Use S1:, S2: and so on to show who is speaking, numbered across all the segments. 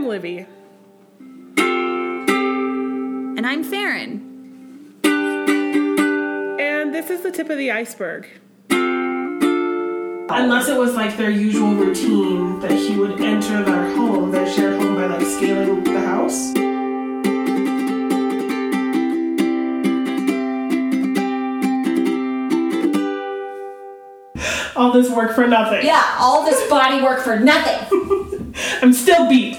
S1: Livy.
S2: And I'm Farron.
S1: And this is the tip of the iceberg.
S3: Unless it was like their usual routine that he would enter their home, their shared home, by like scaling the house. All this work for nothing.
S4: Yeah, all this body work for nothing.
S3: I'm still beat.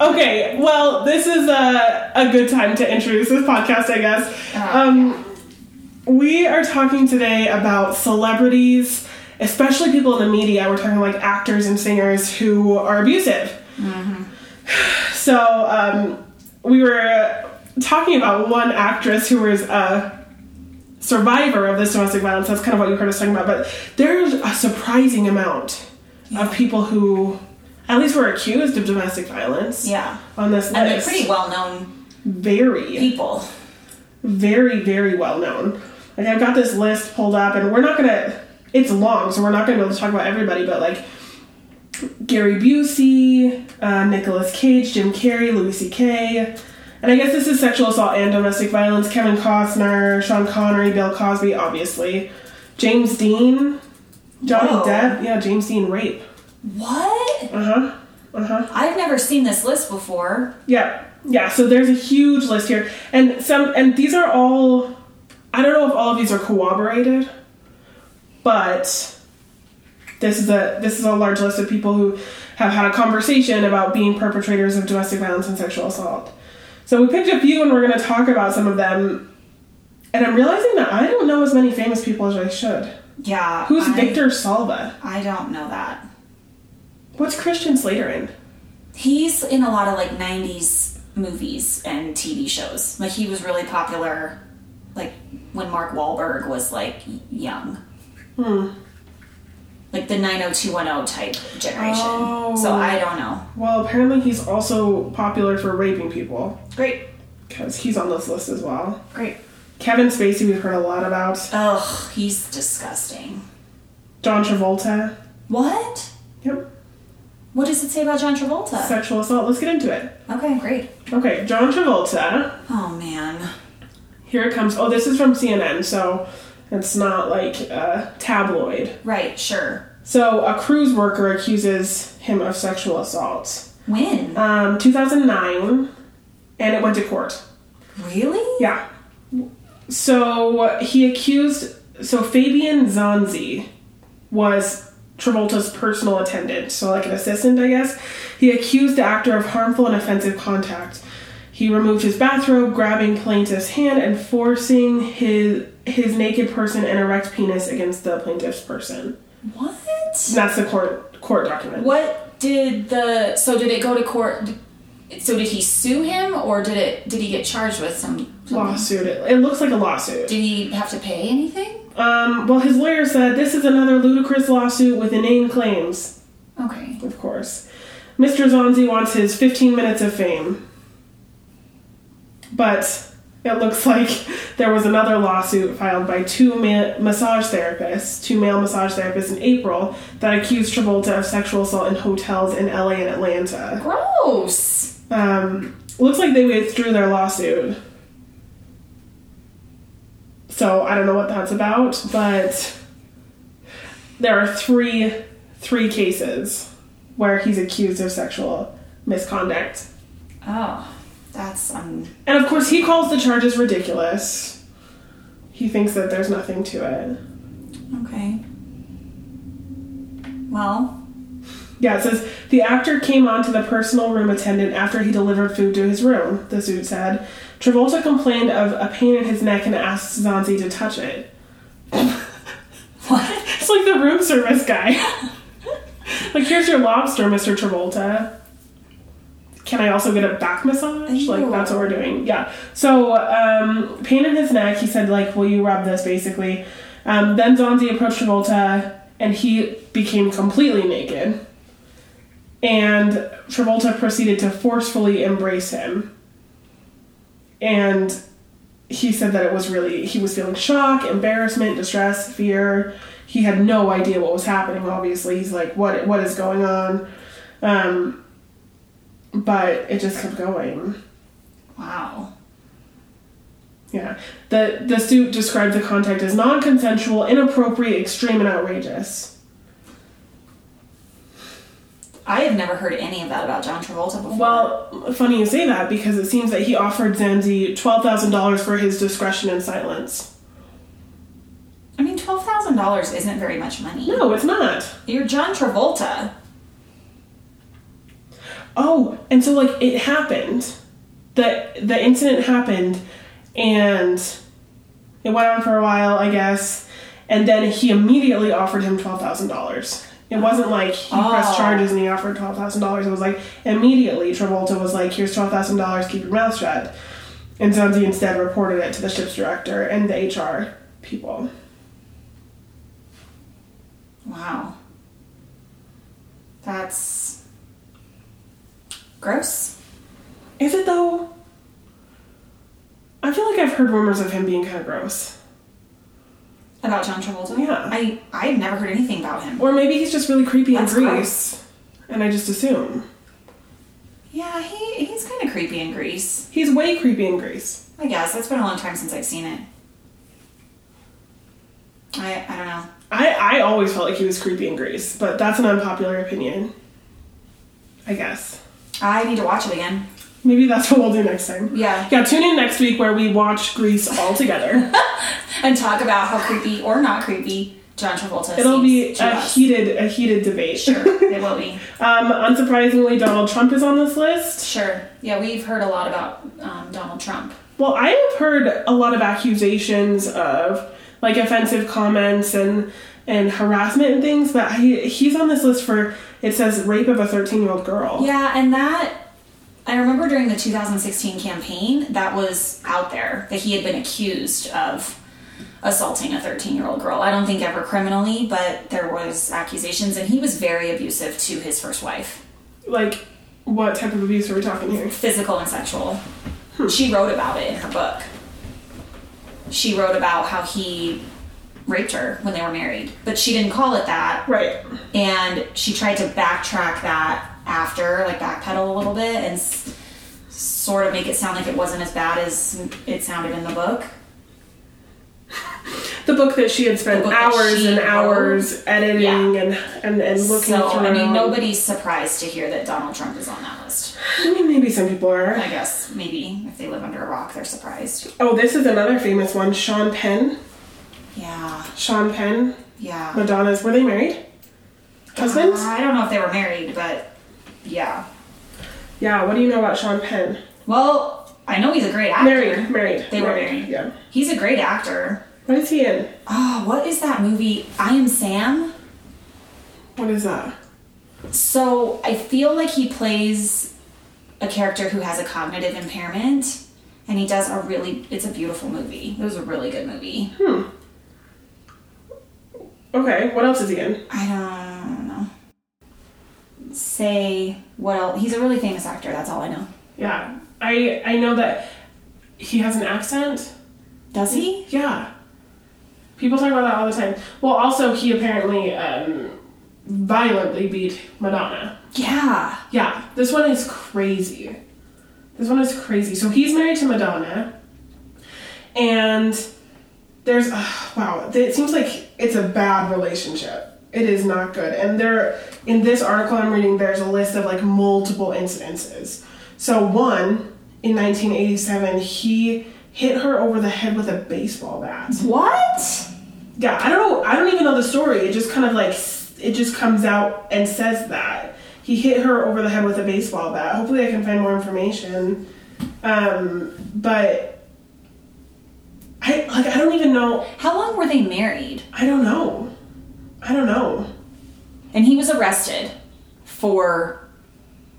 S3: okay, well, this is a, a good time to introduce this podcast, I guess. Um, we are talking today about celebrities, especially people in the media. We're talking like actors and singers who are abusive.
S4: Mm-hmm.
S3: So um, we were talking about one actress who was a survivor of this domestic violence. That's kind of what you heard us talking about. But there's a surprising amount of people who, at least, were accused of domestic violence.
S4: Yeah.
S3: On this list,
S4: And they're pretty well known
S3: very,
S4: people.
S3: very, very well known. Like I've got this list pulled up, and we're not gonna. It's long, so we're not gonna be able to talk about everybody. But like Gary Busey, uh, Nicolas Cage, Jim Carrey, Louis C.K. And I guess this is sexual assault and domestic violence. Kevin Costner, Sean Connery, Bill Cosby, obviously. James Dean, Johnny
S4: Whoa.
S3: Depp. Yeah, James Dean rape.
S4: What?
S3: Uh huh. Uh huh.
S4: I've never seen this list before.
S3: Yeah, yeah. So there's a huge list here, and some, and these are all. I don't know if all of these are corroborated, but this is a this is a large list of people who have had a conversation about being perpetrators of domestic violence and sexual assault. So we picked a few, and we're going to talk about some of them. And I'm realizing that I don't know as many famous people as I should.
S4: Yeah.
S3: Who's
S4: I,
S3: Victor Salva?
S4: I don't know that.
S3: What's Christian Slater in?
S4: He's in a lot of like 90s movies and TV shows. Like he was really popular like when Mark Wahlberg was like y- young. Hmm. Like the 90210 type generation.
S3: Oh.
S4: So I don't know.
S3: Well, apparently he's also popular for raping people.
S4: Great.
S3: because he's on this list as well.
S4: Great.
S3: Kevin Spacey, we've heard a lot about.
S4: Ugh, he's disgusting.
S3: John Travolta.
S4: What?
S3: Yep.
S4: What does it say about John Travolta?
S3: Sexual assault. Let's get into it.
S4: okay, great.
S3: Okay, John Travolta.
S4: Oh man.
S3: Here it comes. Oh, this is from CNN, so it's not like uh, tabloid.
S4: Right, sure.
S3: So a cruise worker accuses him of sexual assault.
S4: When?
S3: Um, 2009, and it went to court.
S4: Really?
S3: Yeah. So he accused. So Fabian Zanzi was Travolta's personal attendant, so like an assistant, I guess. He accused the actor of harmful and offensive contact. He removed his bathrobe, grabbing plaintiff's hand and forcing his his naked person and erect penis against the plaintiff's person.
S4: What?
S3: And that's the court court document.
S2: What did the so did it go to court? So did he sue him or did it did he get charged with some?
S3: Lawsuit. It, it looks like a lawsuit.
S2: Did he have to pay anything?
S3: Um, well, his lawyer said this is another ludicrous lawsuit with inane claims.
S2: Okay.
S3: Of course. Mr. Zonzi wants his 15 minutes of fame. But it looks like there was another lawsuit filed by two ma- massage therapists, two male massage therapists in April, that accused Travolta of sexual assault in hotels in LA and Atlanta.
S2: Gross.
S3: Um, looks like they withdrew their lawsuit. So I don't know what that's about, but there are three three cases where he's accused of sexual misconduct.
S4: Oh, that's um.
S3: And of course he calls the charges ridiculous. He thinks that there's nothing to it.
S4: Okay. Well,
S3: Yeah, it says the actor came on to the personal room attendant after he delivered food to his room, the suit said. Travolta complained of a pain in his neck and asked Zanzi to touch it.
S4: what?
S3: It's like the room service guy. like, here's your lobster, Mr. Travolta. Can I also get a back massage? Like,
S4: Ew.
S3: that's what we're doing. Yeah. So, um, pain in his neck, he said, like, will you rub this, basically. Um, then Zonzi approached Travolta, and he became completely naked. And Travolta proceeded to forcefully embrace him. And he said that it was really he was feeling shock, embarrassment, distress, fear. He had no idea what was happening. Obviously, he's like, "What? What is going on?" Um, but it just kept going.
S4: Wow.
S3: Yeah. The the suit described the contact as non-consensual, inappropriate, extreme, and outrageous.
S4: I have never heard any of that about John Travolta before.
S3: Well, funny you say that because it seems that he offered Zanzi twelve thousand dollars for his discretion and silence.
S4: I mean, twelve thousand dollars isn't very much money.
S3: No, it's not.
S4: You're John Travolta.
S3: Oh, and so like it happened. The the incident happened and it went on for a while, I guess. And then he immediately offered him twelve thousand dollars. It wasn't like he
S4: Oh.
S3: pressed charges and he offered twelve thousand dollars. It was like immediately Travolta was like, "Here's twelve thousand dollars. Keep your mouth shut." And Zanzi instead reported it to the ship's director and the HR people.
S4: Wow. That's gross.
S3: Is it though? I feel like I've heard rumors of him being kind of gross.
S4: About John Travolta?
S3: Yeah.
S4: I I've never heard anything about him.
S3: Or maybe he's just really creepy
S4: That's
S3: in Greece.
S4: gross.
S3: And I just assume.
S4: Yeah, he he's kind of creepy in Greece.
S3: He's way creepy in Greece.
S4: I guess that's been a long time since I've seen it. I I don't know.
S3: I, I always felt like he was creepy in Greece, but that's an unpopular opinion. I guess.
S4: I need to watch it again.
S3: Maybe that's what we'll do next time.
S4: Yeah.
S3: Yeah, tune in next week where we watch Greece all together.
S4: and talk about how creepy or not creepy John Travolta
S3: It'll
S4: seems
S3: be
S4: to
S3: a
S4: us.
S3: heated a heated debate.
S4: Sure, it will be.
S3: Um, unsurprisingly, Donald Trump is on this list.
S4: Sure. Yeah, we've heard a lot about um, Donald Trump.
S3: Well, I have heard a lot of accusations of like offensive comments and and harassment and things, but he, he's on this list for it says rape of a thirteen year old girl.
S4: Yeah, and that I remember during the 2016 campaign that was out there that he had been accused of assaulting a 13 year old girl. I don't think ever criminally, but there was accusations, and he was very abusive to his first wife,
S3: Like, what type of abuse are we talking here?
S4: physical and sexual. She wrote about it in her book. She wrote about how he raped her when they were married, but she didn't call it that.
S3: Right.
S4: and she tried to backtrack that after, like backpedal a little bit and s- sort of make it sound like it wasn't as bad as it sounded in the book.
S3: The book that she had spent
S4: The book that
S3: hours
S4: she
S3: and hours editing
S4: Yeah.
S3: and, and and looking
S4: so
S3: through.
S4: I mean, nobody's surprised to hear that Donald Trump is on that list.
S3: I mean, maybe some people are.
S4: I guess maybe if they live under a rock, they're surprised.
S3: Oh, this is another famous one. Sean Penn.
S4: Yeah,
S3: Sean Penn.
S4: yeah. Uh,
S3: Madonna's. Were they married? Husband?
S4: I don't know if they were married, but yeah.
S3: Yeah. What do you know about Sean Penn?
S4: Well, I know he's a great actor.
S3: Married, married.
S4: They were married.
S3: Yeah.
S4: He's a great actor.
S3: What is he in?
S4: Oh, what is that movie? I Am Sam.
S3: What is that?
S4: So I feel like he plays a character who has a cognitive impairment, and he does a really. It's a beautiful movie. It was a really good movie.
S3: Okay, what else is he in?
S4: I don't know. Say what else? He's a really famous actor. That's all I know.
S3: Yeah. I I know that he has an accent.
S4: Does he?
S3: Yeah. People talk about that all the time. Well, also he apparently um, violently beat Madonna.
S4: Yeah.
S3: Yeah, this one is crazy. This one is crazy. So he's married to Madonna, and there's ah, wow. It seems like it's a bad relationship. It is not good. And there, in this article I'm reading, there's a list of like multiple incidences. So one in 1987, he hit her over the head with a baseball bat.
S4: What?
S3: Yeah, I don't know. I don't even know the story. It just kind of like it just comes out and says that he hit her over the head with a baseball bat. Hopefully, I can find more information. Um, but I like I don't even know.
S4: How long were they married?
S3: I don't know. I don't know.
S4: And he was arrested for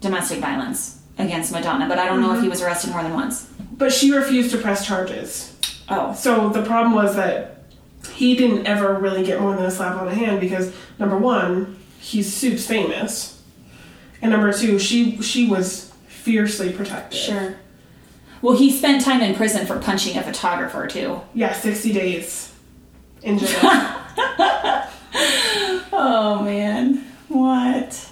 S4: domestic violence against Madonna, but I don't know if he was arrested more than once.
S3: But she refused to press charges.
S4: Oh.
S3: So the problem was that he didn't ever really get more than a slap on the hand because number one, he's soups famous, and number two, she she was fiercely protected.
S4: Sure. Well, he spent time in prison for punching a photographer too.
S3: Yeah, 60 days in jail.
S4: Oh man, what?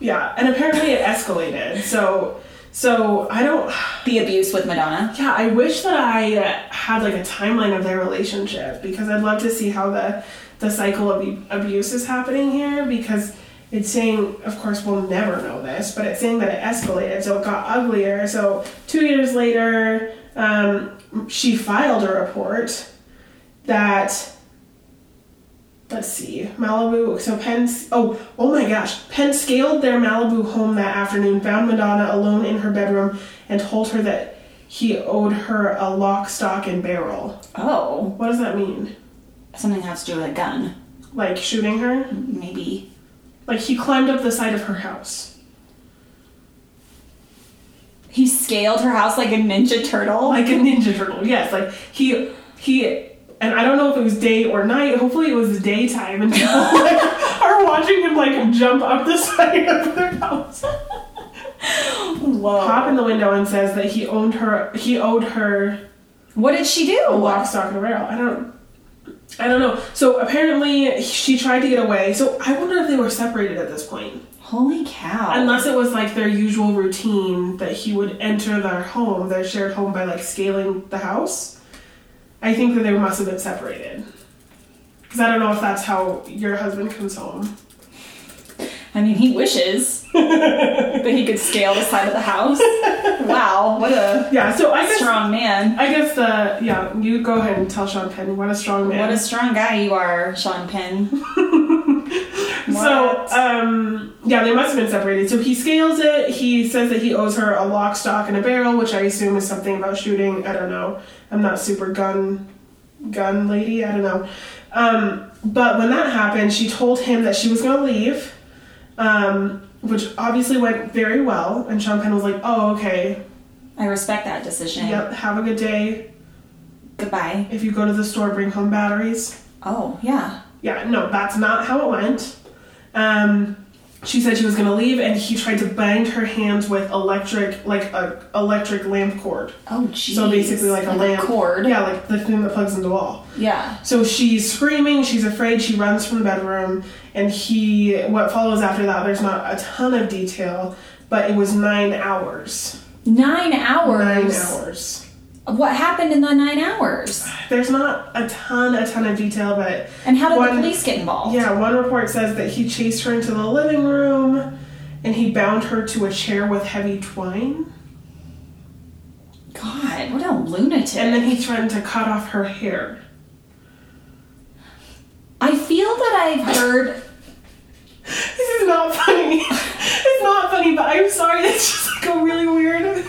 S3: yeah, and apparently it escalated. So, so I don't.
S4: The abuse with Madonna.
S3: Yeah, I wish that I uh, had like a timeline of their relationship because I'd love to see how the the cycle of abu- abuse is happening here because it's saying, of course, we'll never know this, but it's saying that it escalated, so it got uglier. So two years later, um, she filed a report that. Let's see, Malibu. So Penn. Oh, oh my gosh. Penn scaled their Malibu home that afternoon, found Madonna alone in her bedroom, and told her that he owed her a lock, stock, and barrel.
S4: Oh,
S3: What does that mean?
S4: something has to do with a gun,
S3: Like shooting her?
S4: maybe.
S3: Like he climbed up the side of her house.
S4: He scaled her house like a ninja turtle.
S3: Like a ninja turtle. Yes. Like he he. And I don't know if it was day or night. Hopefully it was daytime, and people like, are watching him like jump up the side of their house.
S4: Whoa.
S3: Pop in the window and says that he owned her. He owed her
S4: What did she do?
S3: a lock, stock, and a barrel. I don't. I don't know. So apparently she tried to get away. So I wonder if they were separated at this point.
S4: Holy cow.
S3: Unless it was like their usual routine that he would enter their home, their shared home, by like scaling the house. I think that they must have been separated. Because I don't know if that's how your husband comes home.
S4: I mean, he wishes that he could scale the side of the house. Wow, what a
S3: Yeah. So I guess
S4: strong man.
S3: I guess the yeah. You go ahead and tell Sean Penn what a strong man.
S4: What a strong guy you are, Sean Penn.
S3: So,
S4: What?
S3: um, yeah, they must have been separated. So he scales it. He says that he owes her a lock, stock, and a barrel, which I assume is something about shooting. I don't know. I'm not super gun gun lady. I don't know. Um, but when that happened, she told him that she was going to leave, um, which obviously went very well. And Sean Penn was like, "Oh, okay.
S4: I respect that decision.
S3: Yep. Have a good day.
S4: Goodbye.
S3: If you go to the store, bring home batteries."
S4: Oh, yeah.
S3: yeah, no, that's not how it went. Um, she said she was going to leave, and he tried to bind her hands with electric, like a electric lamp cord.
S4: Oh, jeez.
S3: So basically, like a lamp
S4: cord.
S3: Yeah, like the thing that plugs into the wall.
S4: Yeah.
S3: So she's screaming, she's afraid, she runs from the bedroom, and he, what follows after that, there's not a ton of detail, but it was nine hours.
S4: Nine hours.
S3: Nine hours.
S4: What happened in the nine hours?
S3: There's not a ton, a ton of detail, but
S4: And how did
S3: One-
S4: the police get involved?
S3: Yeah, one report says that he chased her into the living room and he bound her to a chair with heavy twine.
S4: God, what a lunatic.
S3: And then he threatened to cut off her hair.
S4: I feel that I've heard.
S3: This is not funny. it's not funny, but I'm sorry. It's just like a really weird.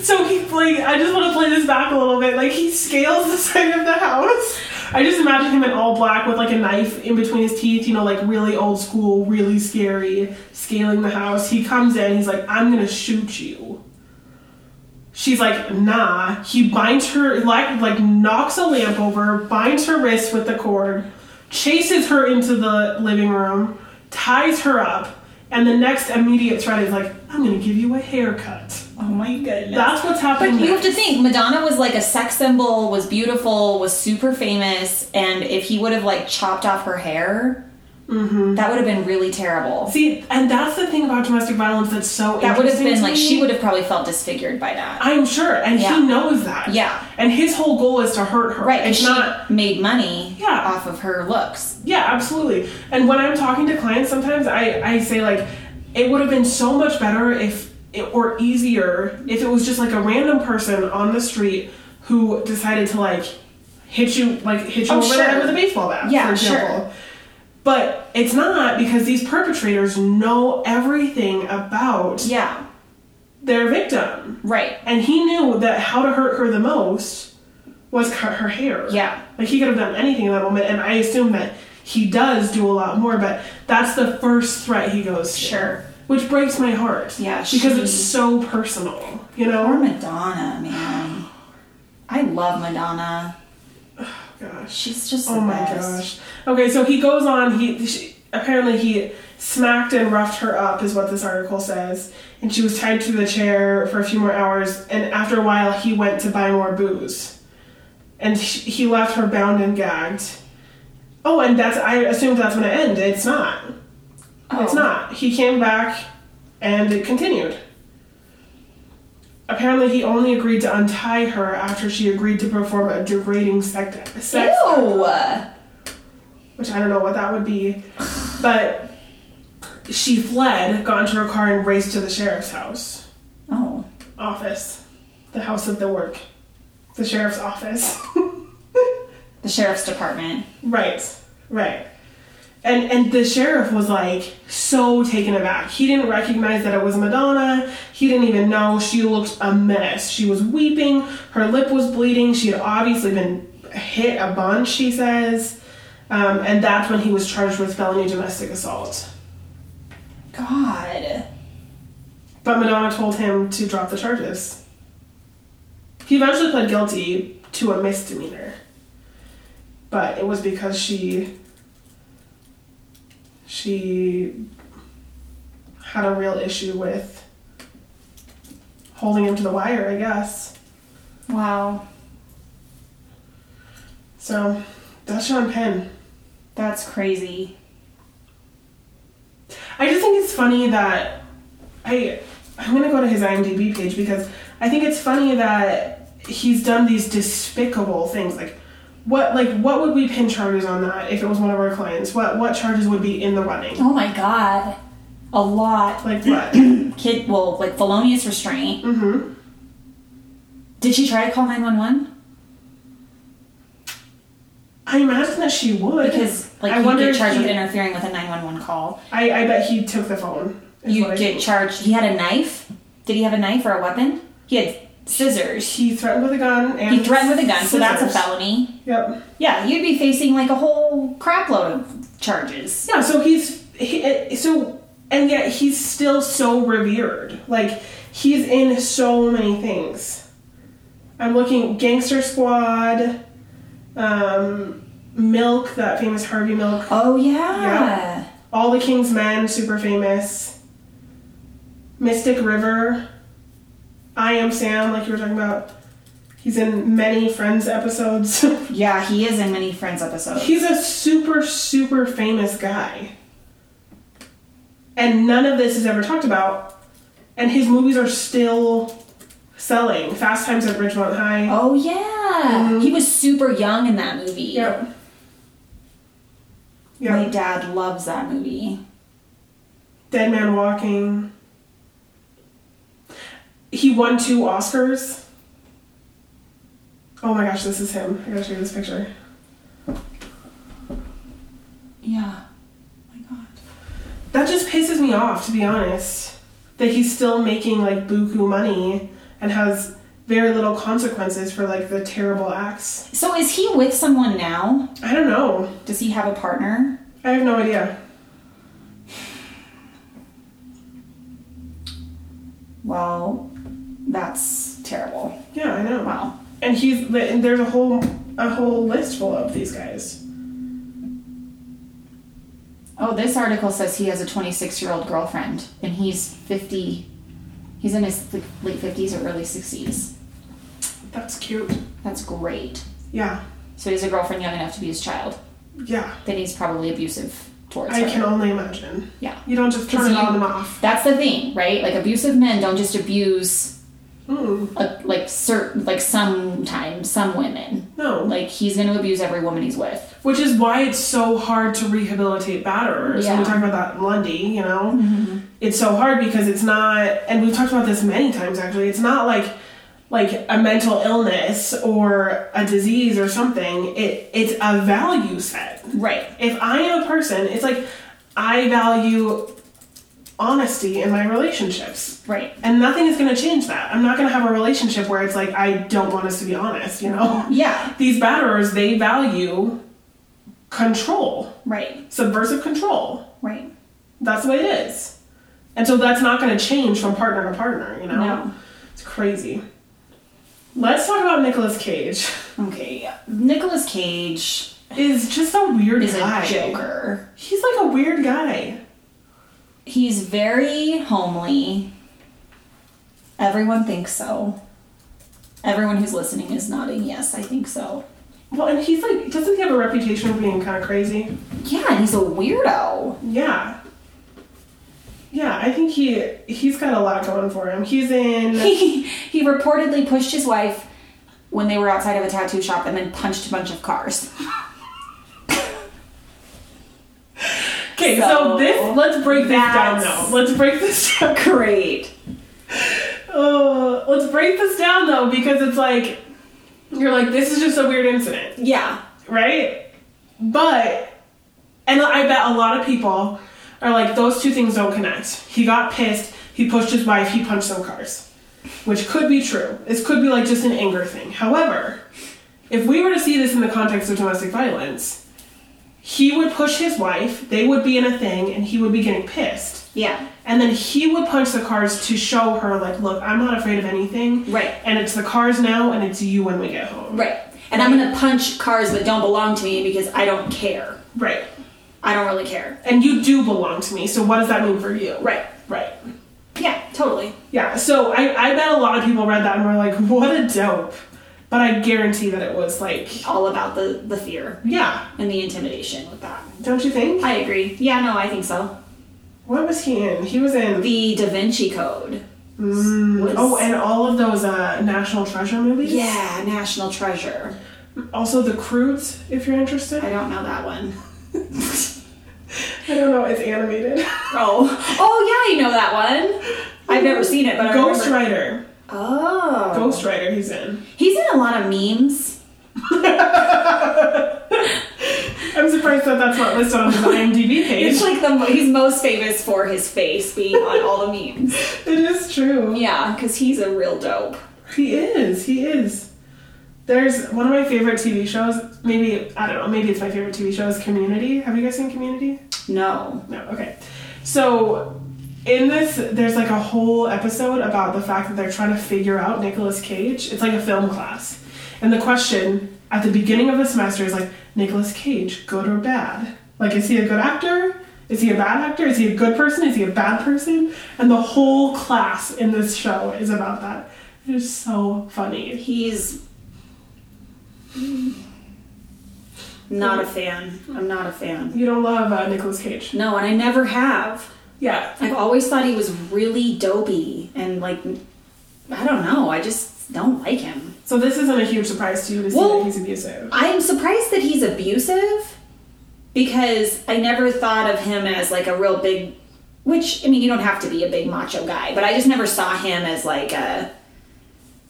S3: So he like I just want to play this back a little bit. Like he scales the side of the house. I just imagine him in all black with like a knife in between his teeth. You know, like really old school, really scary. Scaling the house. He comes in. He's like, I'm gonna shoot you. She's like, nah. He binds her, like, like knocks a lamp over, binds her wrist with the cord, chases her into the living room, ties her up, and the next immediate threat is like, I'm gonna give you a haircut.
S4: Oh my goodness.
S3: That's what's happening.
S4: You have
S3: next.
S4: to think Madonna was like a sex symbol, was beautiful, was super famous, and if he would have like chopped off her hair,
S3: Mm-hmm.
S4: that would have been really terrible.
S3: See, and that's the thing about domestic violence that's so
S4: That would have
S3: interesting
S4: been
S3: to
S4: like
S3: me.
S4: she would have probably felt disfigured by that.
S3: I'm sure, and
S4: Yeah.
S3: he knows that.
S4: Yeah.
S3: And his whole goal is to hurt her.
S4: Right, and
S3: It's
S4: she
S3: not
S4: made money
S3: Yeah.
S4: off of her looks.
S3: Yeah, absolutely. And when I'm talking to clients, sometimes I, I say like, it would have been so much better if it, or easier if it was just like a random person on the street who decided to like hit you like hit you
S4: Oh,
S3: over the head
S4: sure.
S3: with a baseball bat,
S4: Yeah,
S3: for example.
S4: sure.
S3: But it's not because these perpetrators know everything about
S4: Yeah,
S3: their victim,
S4: right.
S3: and he knew that how to hurt her the most was cut her hair.
S4: Yeah.
S3: Like he could have done anything in that moment, and I assume that he does do a lot more, but that's the first threat he goes to.
S4: Sure.
S3: Which breaks my heart.
S4: Yeah,
S3: Because it's
S4: she-
S3: so personal, you
S4: Or
S3: know?
S4: Madonna, man. I love Madonna.
S3: Gosh.
S4: She's just the
S3: Oh my
S4: best.
S3: gosh. Okay, so he goes on, he she, apparently he smacked and roughed her up, is what this article says. And she was tied to the chair for a few more hours, and after a while, he went to buy more booze. And sh- he left her bound and gagged. Oh, and that's, I assumed that's when it ended. It's not.
S4: Oh.
S3: It's not. He came back and it continued. Apparently, he only agreed to untie her after she agreed to perform a degrading sex sex
S4: Ew.
S3: which I don't know what that would be, but she fled, got into her car, and raced to the sheriff's house
S4: Oh.
S3: office, the house of the work, the sheriff's office.
S4: The sheriff's department.
S3: right, right. And and the sheriff was like so taken aback. He didn't recognize that it was Madonna. He didn't even know she looked a mess. She was weeping. Her lip was bleeding. She had obviously been hit a bunch. She says. Um, and that's when he was charged with felony domestic assault.
S4: God.
S3: But Madonna told him to drop the charges. He eventually pled guilty to a misdemeanor. But it was because she she had a real issue with holding him to the wire, I guess.
S4: Wow.
S3: So that's Sean Penn.
S4: That's crazy.
S3: I just think it's funny that I I'm gonna go to his IMDb page because I think it's funny that he's done these despicable things. Like what like what would we pin charges on that if it was one of our clients? What what charges would be in the running?
S4: Oh my god. A lot.
S3: Like what? mm-hmm.
S4: Kid, well, like felonious restraint. Did she try to call 911?
S3: I imagine that she would
S4: Because, like,
S3: I
S4: you
S3: wonder
S4: get
S3: if
S4: charged
S3: he-
S4: with interfering with a 911 call.
S3: I, I bet he took the phone. is
S4: You
S3: what I
S4: get
S3: think.
S4: charged. He had a knife? Did he have a knife or a weapon? He had scissors.
S3: he threatened with a gun and
S4: He threatened with a gun, so that's a
S3: scissors.
S4: felony.
S3: Yep.
S4: Yeah, you'd be facing like a whole crapload of charges.
S3: Yeah, so he's he, eh, so and yet he's still so revered. Like he's in so many things. I'm looking Gangster Squad, um, Milk, that famous Harvey Milk,
S4: Oh yeah.
S3: Yeah. All the King's Men, super famous, Mystic River, I Am Sam, like you were talking about. He's in many Friends episodes.
S4: Yeah, he is in many Friends episodes.
S3: He's a super, super famous guy. And none of this is ever talked about. And his movies are still selling. Fast Times at Ridgemont High.
S4: Oh yeah. He was super young in that movie.
S3: Yep. Yep.
S4: My dad loves that movie.
S3: Dead Man Walking. He won two Oscars. Oh my gosh, this is him. I gotta show you this picture.
S4: Yeah. Oh my god.
S3: That just pisses me off, to be honest. That he's still making like buku money and has very little consequences for like the terrible acts.
S4: So is he with someone now?
S3: I don't know.
S4: Does he have a partner?
S3: I have no idea.
S4: Well, that's terrible.
S3: Yeah, I know.
S4: Wow.
S3: And he's and there's a whole a whole list full of these guys.
S4: Oh, this article says he has a 26 year old girlfriend, and he's 50. He's in his like, late 50s or early 60s.
S3: That's cute.
S4: That's great.
S3: Yeah.
S4: So he has a girlfriend young enough to be his child.
S3: Yeah.
S4: Then he's probably abusive towards
S3: I
S4: her.
S3: can only imagine.
S4: Yeah.
S3: You don't just turn
S4: 'Cause
S3: it
S4: you-
S3: on and off.
S4: That's the thing, right? Like abusive men don't just abuse
S3: Mm.
S4: a, like certain like sometimes some women.
S3: No.
S4: Like he's going to abuse every woman he's with.
S3: Which is why it's so hard to rehabilitate batterers.
S4: Yeah.
S3: We talked about that in Lundy, you know? It's so hard because it's not, and we've talked about this many times actually, it's not like like a mental illness or a disease or something. It It's a value set.
S4: Right.
S3: If I am a person, it's like I value honesty in my relationships.
S4: Right.
S3: And nothing is going to change that. I'm not going to have a relationship where it's like, I don't want us to be honest, you know?
S4: Yeah.
S3: these batterers they value control
S4: Right.
S3: subversive control
S4: Right.
S3: that's the way it is and so that's not going to change from partner to partner you know
S4: No.
S3: it's crazy let's talk about Nicolas cage
S4: Okay. yeah. Nicolas Cage
S3: is just a weird
S4: is
S3: guy
S4: a joker.
S3: he's like a weird guy
S4: He's very homely. Everyone thinks so. Everyone who's listening is nodding, yes, I think so.
S3: Well, and he's like, doesn't he have a reputation for being kind of crazy?
S4: Yeah, and he's a weirdo.
S3: Yeah. Yeah, I think he he's got a lot going for him. He's in
S4: He, he reportedly pushed his wife when they were outside of a tattoo shop and then punched a bunch of cars.
S3: Okay, so,
S4: So,
S3: this let's break this down
S4: that's-
S3: though. Let's break this down.
S4: Great.
S3: Uh, let's break this down though because it's like you're like this is just a weird incident,
S4: Yeah.
S3: right? But and I bet a lot of people are like those two things don't connect. He got pissed. He pushed his wife. He punched some cars, which could be true. This could be like just an anger thing. However, if we were to see this in the context of domestic violence, he would push his wife. They would be in a thing, and he would be getting pissed.
S4: Yeah.
S3: And then he would punch the cars to show her, like, look, I'm not afraid of anything.
S4: Right.
S3: And it's the cars now, and it's you when we get home.
S4: Right. And I'm gonna punch cars that don't belong to me because I don't care.
S3: Right.
S4: I don't really care.
S3: And you do belong to me, so what does that mean for you?
S4: Right.
S3: Right.
S4: Yeah, totally.
S3: Yeah, so I, I bet a lot of people read that and were like, what a dope. But I guarantee that it was like,
S4: All about the, the fear
S3: yeah,
S4: and the intimidation with that.
S3: don't you think?
S4: I agree. Yeah, no, I think so.
S3: What was he in? He was in.
S4: The Da Vinci Code. was-
S3: Oh, and all of those uh, National Treasure movies.
S4: yeah, National Treasure.
S3: Also, The Croods, if you're interested.
S4: I don't know that one.
S3: I don't know, it's animated.
S4: Oh, oh yeah, you know that one. I've never seen it, but
S3: Ghost
S4: I remember.
S3: Rider.
S4: Oh,
S3: Ghost Rider, he's in.
S4: He's in a lot of memes.
S3: I'm surprised that that's not listed on his IMDb
S4: It's
S3: page.
S4: like the he's most famous for his face being on all the memes.
S3: It is true.
S4: Yeah, because he's a real dope.
S3: He is. He is. There's one of my favorite TV shows. Maybe I don't know. Maybe it's my favorite TV show is Community. Have you guys seen Community?
S4: No.
S3: No. Okay. So in this, there's like a whole episode about the fact that they're trying to figure out Nicolas Cage. It's like a film class, and the question at the beginning of the semester is like Nicolas Cage, good or bad? Like, is he a good actor? Is he a bad actor? Is he a good person? Is he a bad person? And the whole class in this show is about that. It is so funny.
S4: He's not a fan. I'm not a fan.
S3: You don't love uh, Nicolas Cage.
S4: No, and I never have.
S3: Yeah.
S4: I've always thought he was really dopey and like I don't know, I just don't like him.
S3: So this isn't a huge surprise to you to see
S4: Well-
S3: that he's abusive.
S4: I'm surprised that he's abusive because I never thought of him as like a real big which I mean you don't have to be a big macho guy, but I just never saw him as like a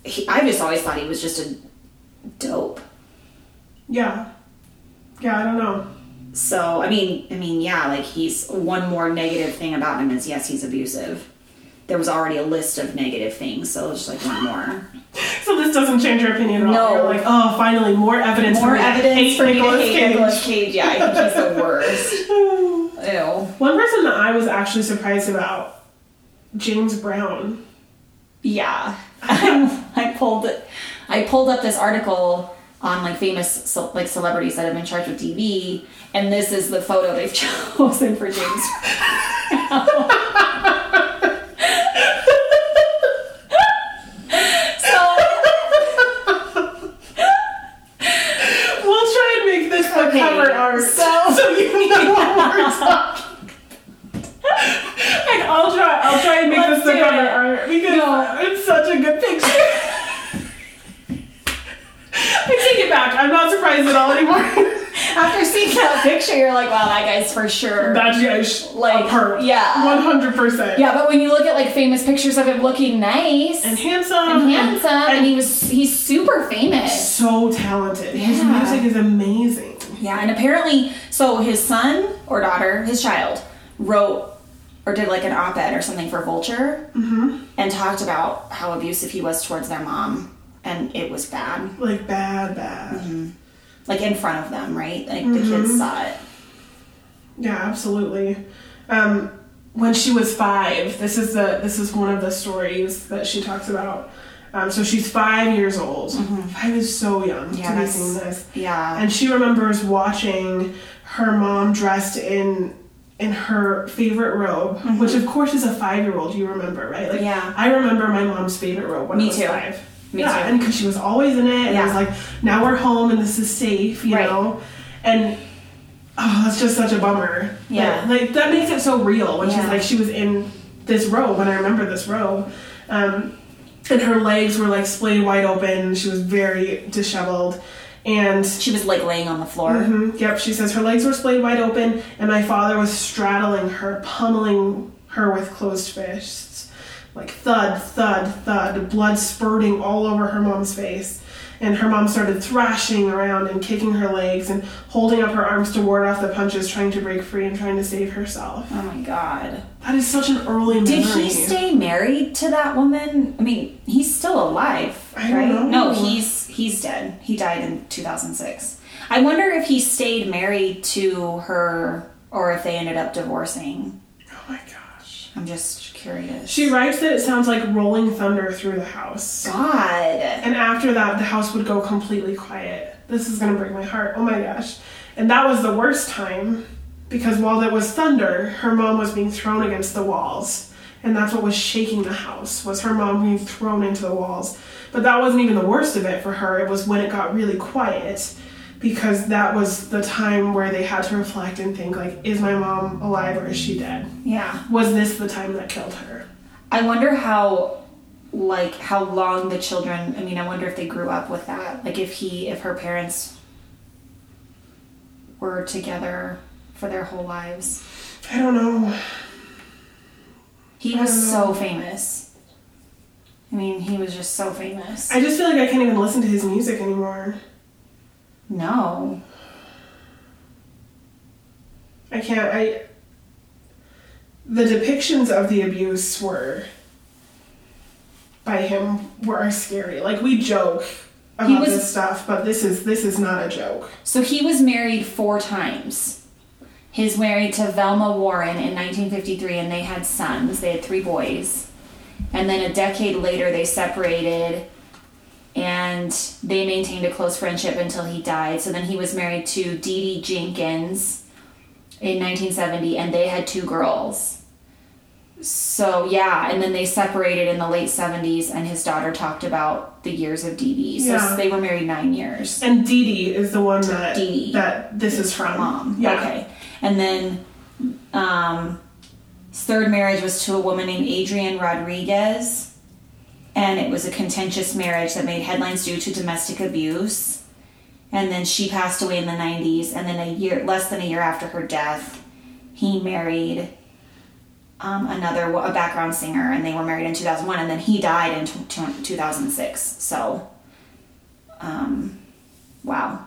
S4: he, I just always thought he was just a dope.
S3: Yeah. Yeah. I don't know.
S4: So I mean, I mean, yeah, like he's one more negative thing about him is yes, he's abusive. There was already a list of negative things, so it's just like one more.
S3: So this doesn't change your opinion at all.
S4: No.
S3: You're like, oh, finally, more evidence.
S4: More
S3: for me to
S4: evidence
S3: hate
S4: for me to
S3: Nicolas
S4: hate
S3: Cage.
S4: Nicolas Cage. Yeah, I think he's the worst. Ew.
S3: One person that I was actually surprised about, James Brown.
S4: Yeah, I pulled it. I pulled up this article on like famous ce- like celebrities that have been charged with DV, and this is the photo they've chosen for James. so
S3: We'll try and make this the
S4: Okay,
S3: cover art,
S4: so-
S3: you know what we're talking. and I'll try. I'll try and make
S4: Let's
S3: this the
S4: do
S3: cover
S4: it.
S3: art because it's such a good picture. I take it back. I'm not surprised at all anymore.
S4: After seeing that picture, you're like, wow, that guy's for sure.
S3: That guy's
S4: Like,
S3: a perp.
S4: yeah.
S3: one hundred percent.
S2: Yeah, but when you look at like famous pictures of him looking nice
S3: and
S2: and
S3: handsome,
S4: Mm-hmm.
S2: handsome, and he was he's super famous.
S3: so talented. His
S2: Yeah.
S3: music is amazing.
S4: yeah, and apparently, so his son or daughter, his child, wrote or did like an op ed or something for Vulture
S2: Mm-hmm.
S4: and talked about how abusive he was towards their mom. And it was bad.
S3: Like bad, bad.
S4: Like in front of them, right? Like the
S2: Mm-hmm.
S4: kids saw it.
S3: Yeah, absolutely. Um, when she was five, this is the this is one of the stories that she talks about. Um, so she's five years old. Five is so young
S4: Mm-hmm. Yeah,
S3: to be
S4: that's-
S3: seeing this.
S4: Yeah.
S3: And she remembers watching her mom dressed in in her favorite robe, which of course is a five year old. You remember, right? Like,
S4: Mm-hmm. Yeah.
S3: I remember my mom's favorite robe when
S4: Me
S3: I was
S4: too.
S3: five.
S4: Me
S3: yeah,
S4: too.
S3: and because she was always in it, and it was
S4: Yeah.
S3: like, now we're home and this is safe, you
S4: Right.
S3: know, and. Oh, that's just such a bummer.
S4: Yeah.
S3: Like, like, that makes it so real when she's
S4: Yeah.
S3: like she was in this robe when I remember this robe. Um, and her legs were like splayed wide open. She was very disheveled. And
S4: She was like laying on the floor.
S2: Mm-hmm.
S3: Mhm, Yep, she says her legs were splayed wide open, and my father was straddling her, pummeling her with closed fists. Like thud, thud, thud, blood spurting all over her mom's face. And her mom started thrashing around and kicking her legs and holding up her arms to ward off the punches, trying to break free and trying to save herself.
S4: Oh my god.
S3: That is such an early
S4: Did
S3: memory.
S4: he stay married to that woman? I mean, he's still alive,
S3: I
S4: right?
S3: don't know.
S4: No, he's he's dead. He died in 2006. I wonder if he stayed married to her or if they ended up divorcing.
S3: oh my gosh.
S4: I'm just curious.
S3: She writes that it sounds like rolling thunder through the house.
S4: God.
S3: And after that, the house would go completely quiet. This is gonna break my heart. Oh my gosh. And that was the worst time because while there was thunder, her mom was being thrown against the walls. And that's what was shaking the house, was her mom being thrown into the walls. But that wasn't even the worst of it for her. It was when it got really quiet because that was the time where they had to reflect and think like, is my mom alive or is she dead?
S4: Yeah.
S3: Was this the time that killed her?
S4: I wonder how like how long the children I mean, I wonder if they grew up with that. Like if he if her parents were together for their whole lives.
S3: I don't know.
S4: He was so famous. I mean, he was just so famous.
S3: I just feel like I can't even listen to his music anymore.
S4: no.
S3: I can't. I. The depictions of the abuse were. By him were scary. Like we joke about
S4: He was-
S3: this stuff, but this is this is not a joke.
S4: So he was married four times. He's married to Velma Warren in 1953, and they had sons. They had three boys. And then a decade later, they separated and they maintained a close friendship until he died. So then he was married to Dee Dee Jenkins in 1970, and they had two girls. So yeah, and then they separated in the late 70s, and his daughter talked about the years of Dee Dee. So
S3: Yeah.
S4: they were married nine years.
S3: And Dee Dee is the one that
S4: Dee Dee.
S3: that this is from.
S4: mom.
S3: Yeah.
S4: Okay. And then um, his third marriage was to a woman named Adrienne Rodriguez. And it was a contentious marriage that made headlines due to domestic abuse. And then she passed away in the 90s. And then a year, less than a year after her death, he married um, another, wo- a background singer. And they were married in 2001. And then he died in tw tw 2006. So, um, wow.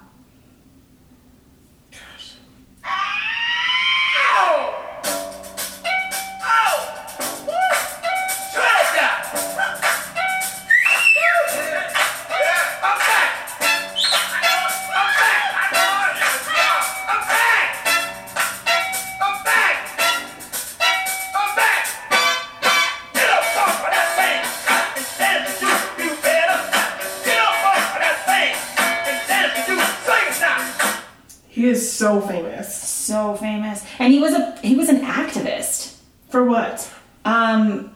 S3: He is so famous.
S4: so famous and he was a he was an activist
S3: For what?
S4: um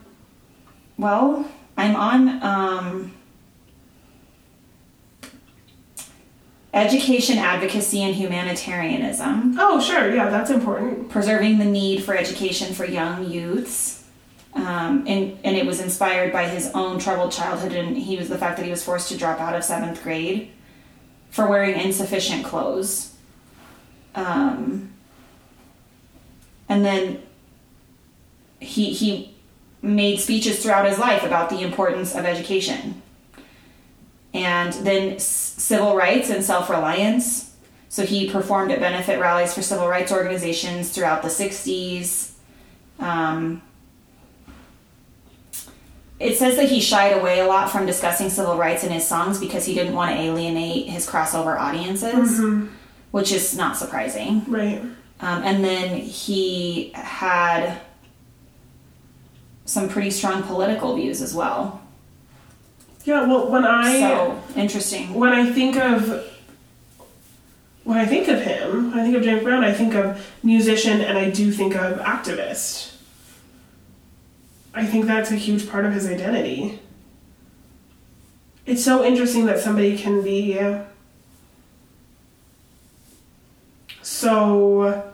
S4: well i'm on um education advocacy and humanitarianism
S3: Oh sure, yeah, that's important.
S4: preserving the need for education for young youths. Um, and, and it was inspired by his own troubled childhood, and he was the fact that he was forced to drop out of seventh grade for wearing insufficient clothes. Um, and then he, he made speeches throughout his life about the importance of education. And then s- civil rights and self reliance. So he performed at benefit rallies for civil rights organizations throughout the 60s. Um, it says that he shied away a lot from discussing civil rights in his songs because he didn't want to alienate his crossover audiences, which is not surprising.
S3: Right.
S4: Um, and then he had some pretty strong political views as well.
S3: Yeah. Well, when I
S4: so interesting.
S3: when I think of when I think of him, when I think of James Brown, I think of musician and I do think of activist. I think that's a huge part of his identity. It's so interesting that somebody can be so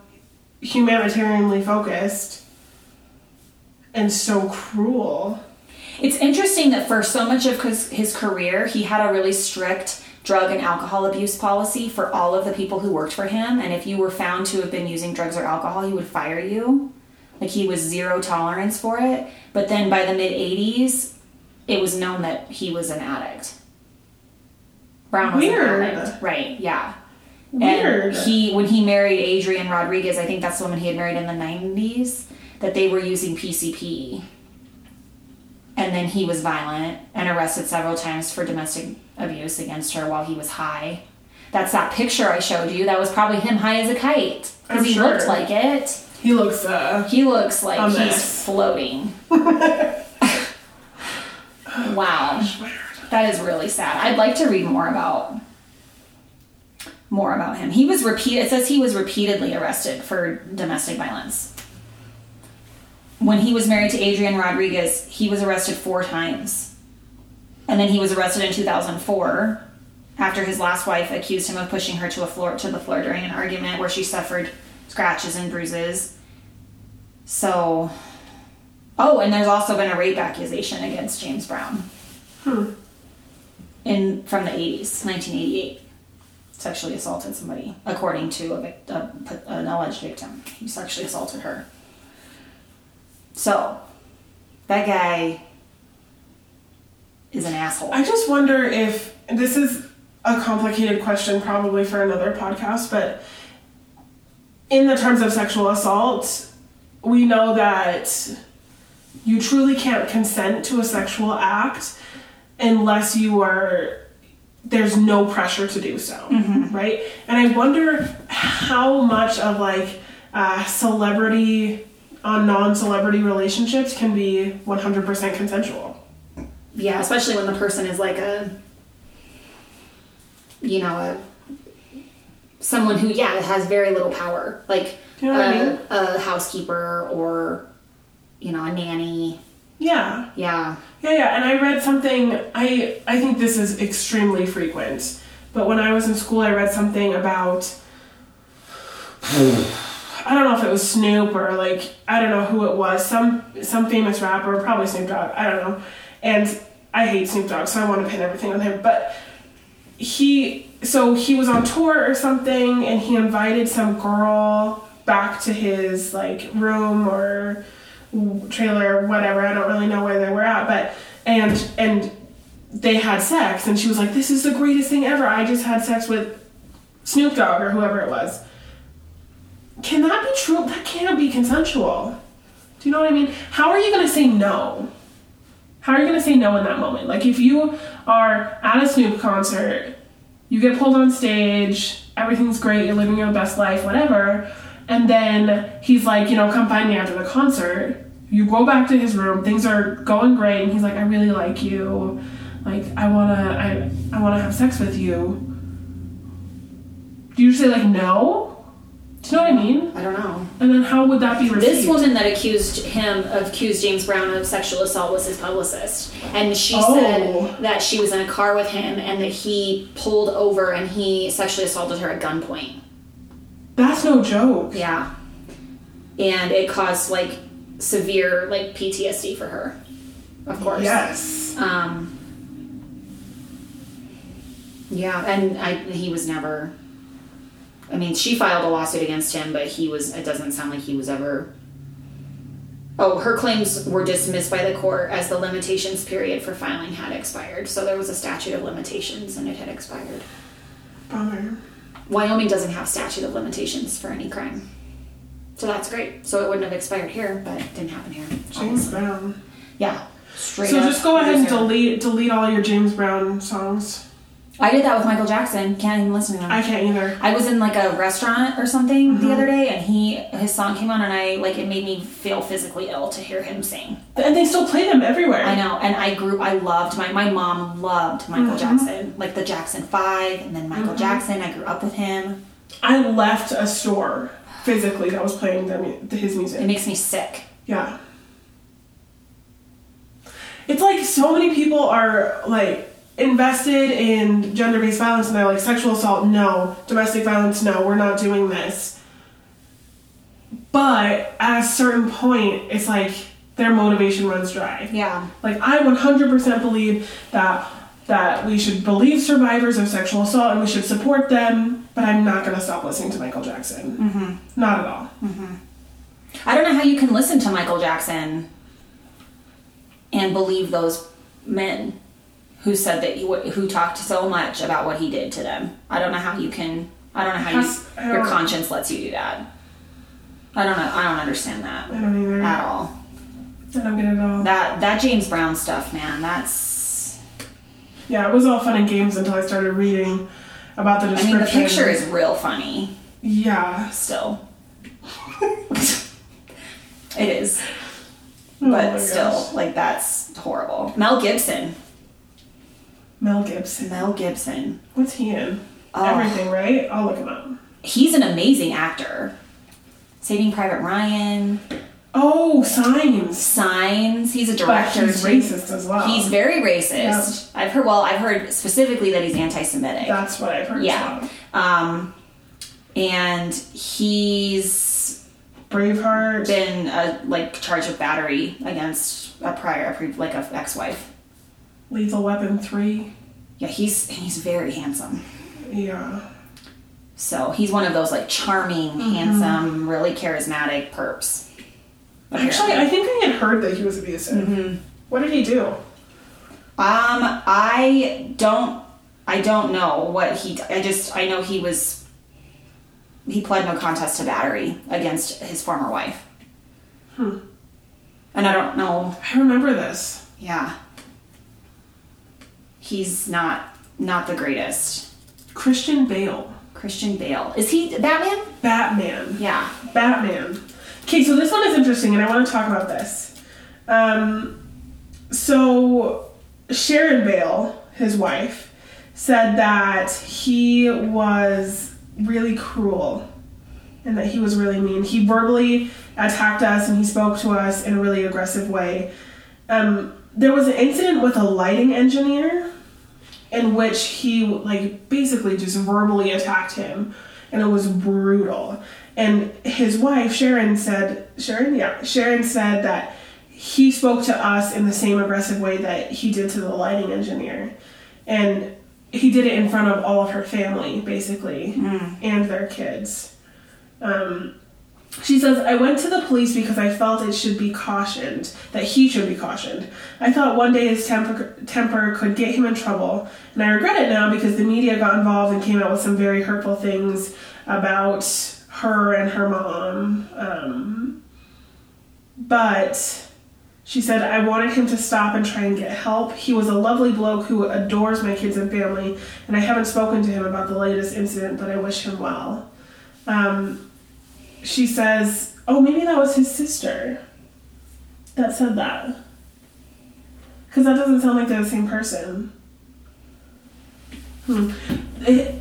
S3: humanitarianly focused and so cruel.
S4: It's interesting that for so much of his, his career, he had a really strict drug and alcohol abuse policy for all of the people who worked for him. And if you were found to have been using drugs or alcohol, he would fire you. Like he was zero tolerance for it. But then by the mid 80s, it was known that he was an addict. Brown was
S3: Weird.
S4: an addict. Right, yeah.
S3: Weird.
S4: And he, when he married Adrian Rodriguez, I think that's the woman he had married in the 90s, that they were using PCP. And then he was violent and arrested several times for domestic abuse against her while he was high. That's that picture I showed you. That was probably him high as a kite.
S3: I'm
S4: Because he
S3: sure.
S4: looked like it.
S3: He looks uh
S4: He looks like
S3: A mess.
S4: he's floating. wow. That is really sad. I'd like to read more about more about him. He was repeat it says he was repeatedly arrested for domestic violence. When he was married to Adrian Rodriguez, he was arrested four times. And then he was arrested in 2004 after his last wife accused him of pushing her to a floor to the floor during an argument where she suffered scratches and bruises. So, oh, and there's also been a rape accusation against James Brown. In from the 80s, 1988, sexually assaulted somebody, according to a, vic- a, an alleged victim. He sexually assaulted her. So, that guy is an asshole.
S3: I just wonder if this is a complicated question, probably for another podcast, but in the terms of sexual assault, we know that you truly can't consent to a sexual act unless you are there's no pressure to do so right and i wonder how much of like uh, celebrity on non-celebrity relationships can be 100% consensual
S4: yeah, especially when the person is like a, you know, a someone who yeah has very little power, like
S3: Do you know what I
S4: a,
S3: mean?
S4: a housekeeper or you know a nanny.
S3: yeah
S4: Yeah,
S3: Yeah, yeah, and I read something. I I think this is extremely frequent, but when I was in school, I read something about. I don't know if it was Snoop or like I don't know who it was. Some some famous rapper, probably Snoop Dogg. I don't know. And I hate Snoop Dogg, so I want to pin everything on him. But he so he was on tour or something and he invited some girl back to his like room or trailer or whatever i don't really know where they were at but and and they had sex and she was like this is the greatest thing ever i just had sex with snoop dogg or whoever it was can that be true that can't be consensual do you know what i mean how are you going to say no how are you going to say no in that moment? Like, if you are at a Snoop concert, you get pulled on stage, everything's great, you're living your best life, whatever, and then he's like, you know, come find me after the concert. You go back to his room, things are going great, and he's like, I really like you. Like, I wanna, I, I wanna have sex with you. Do you say like no? Do you know what I mean?
S4: I don't know.
S3: And then how would that be received?
S5: This woman that accused him, accused James Brown of sexual assault, was his publicist, and she
S3: Oh.
S5: said that she was in a car with him and that he pulled over and he sexually assaulted her at gunpoint.
S3: That's no joke.
S5: Yeah, and it caused like severe like PTSD for her, of course.
S3: Yes.
S5: Um, yeah, and I, he was never. I mean, she filed a lawsuit against him, but he was. It doesn't sound like he was ever. Oh, her claims were dismissed by the court as the limitations period for filing had expired. So there was a statute of limitations and it had expired.
S3: Bummer.
S5: Wyoming doesn't have statute of limitations for any crime. So that's great. So it wouldn't have expired here, but it didn't happen here.
S3: James Brown.
S4: Yeah, straight.
S3: So
S4: up
S3: just go ahead and
S4: loser.
S3: delete delete all your James Brown songs.
S4: I did that with Michael Jackson. Can't even listen to him.
S3: I Uh-huh. can't either.
S4: I was in like a restaurant or something the other day, and he his song came on, and I like it made me feel physically ill to hear him sing.
S3: And they still play them everywhere.
S4: I know, and I grew. I loved my my
S3: Uh-huh.
S4: mom loved Michael Jackson, like the Jackson Five, and then Michael Jackson. I grew up with him.
S3: I left a store physically that was playing their, mu- his music.
S4: It makes me sick.
S3: Yeah. It's like so many people are like invested in gender based violence and they're like sexual assault, no. Domestic violence, no. We're not doing this. But at a certain point, it's like their motivation runs dry.
S4: Yeah.
S3: Like I 100% believe that that we should believe survivors of sexual assault and we should support them, but I'm not going to stop listening to Michael Jackson. Mm-hmm. Not at all.
S4: I don't know how you can listen to Michael Jackson and believe those men who said that who talked so much about what he did to them. I don't know how you can. I don't know how
S3: Has- I
S4: you, your
S3: don't-
S4: conscience lets you do that. I don't know. I don't understand that
S3: I don't either. I
S4: at all.
S3: don't get it at all.
S4: That that James Brown stuff, man. That's.
S3: Yeah, it was all fun and games until I started reading about the
S4: I mean,
S3: description.
S4: the picture is real funny.
S3: Yeah.
S4: Still. it is.
S3: Oh my
S4: but
S3: gosh.
S4: still, like that's horrible. Mel Gibson.
S3: Mel Gibson.
S4: Mel Gibson.
S3: What's he in?
S4: Oh.
S3: Everything, right? I'll look him up.
S4: He's an amazing actor. Saving Private Ryan,
S3: Oh, Signs.
S4: Signs. He's a
S3: But
S4: director.
S3: he's
S4: too.
S3: racist as well.
S4: He's very racist. I've heard. Well, I've heard specifically that he's anti-Semitic.
S3: That's what I've heard. as
S4: yeah.
S3: well.
S4: Um, and he's
S3: Braveheart.
S4: been uh, like charged with battery against a prior, a pre, like a ex-wife.
S3: Lethal Weapon 3.
S4: Yeah, he's and he's very handsome.
S3: Yeah.
S4: So he's one of those like charming,
S3: Mm-hmm.
S4: handsome, really charismatic perps.
S3: Actually, I think I had heard that he was abusive.
S4: Mm-hmm.
S3: What did he do?
S4: Um, I don't, I don't know what he. I just, I know he was. He pled no contest to battery against his former wife. Hmm. And I don't know.
S3: I remember this.
S4: Yeah. He's not not the greatest.
S3: Christian Bale.
S4: Christian Bale is he Batman?
S3: Batman.
S4: Yeah.
S3: Batman. Okay, so this one is interesting, and I want to talk about this. Um, so Sharon Bale, his wife, said that he was really cruel and that he was really mean. He verbally attacked us and he spoke to us in a really aggressive way. Um, there was an incident with a lighting engineer in which he like basically just verbally attacked him and it was brutal and his wife sharon said sharon yeah sharon said that he spoke to us in the same aggressive way that he did to the lighting engineer and he did it in front of all of her family basically and their kids um, she says, I went to the police because I felt it should be cautioned, that he should be cautioned. I thought one day his temper, temper could get him in trouble, and I regret it now because the media got involved and came out with some very hurtful things about her and her mom. Um, but she said, I wanted him to stop and try and get help. He was a lovely bloke who adores my kids and family, and I haven't spoken to him about the latest incident, but I wish him well. Um, she says, "Oh, maybe that was his sister that said that." Because that doesn't sound like they're the same person. Hmm. It-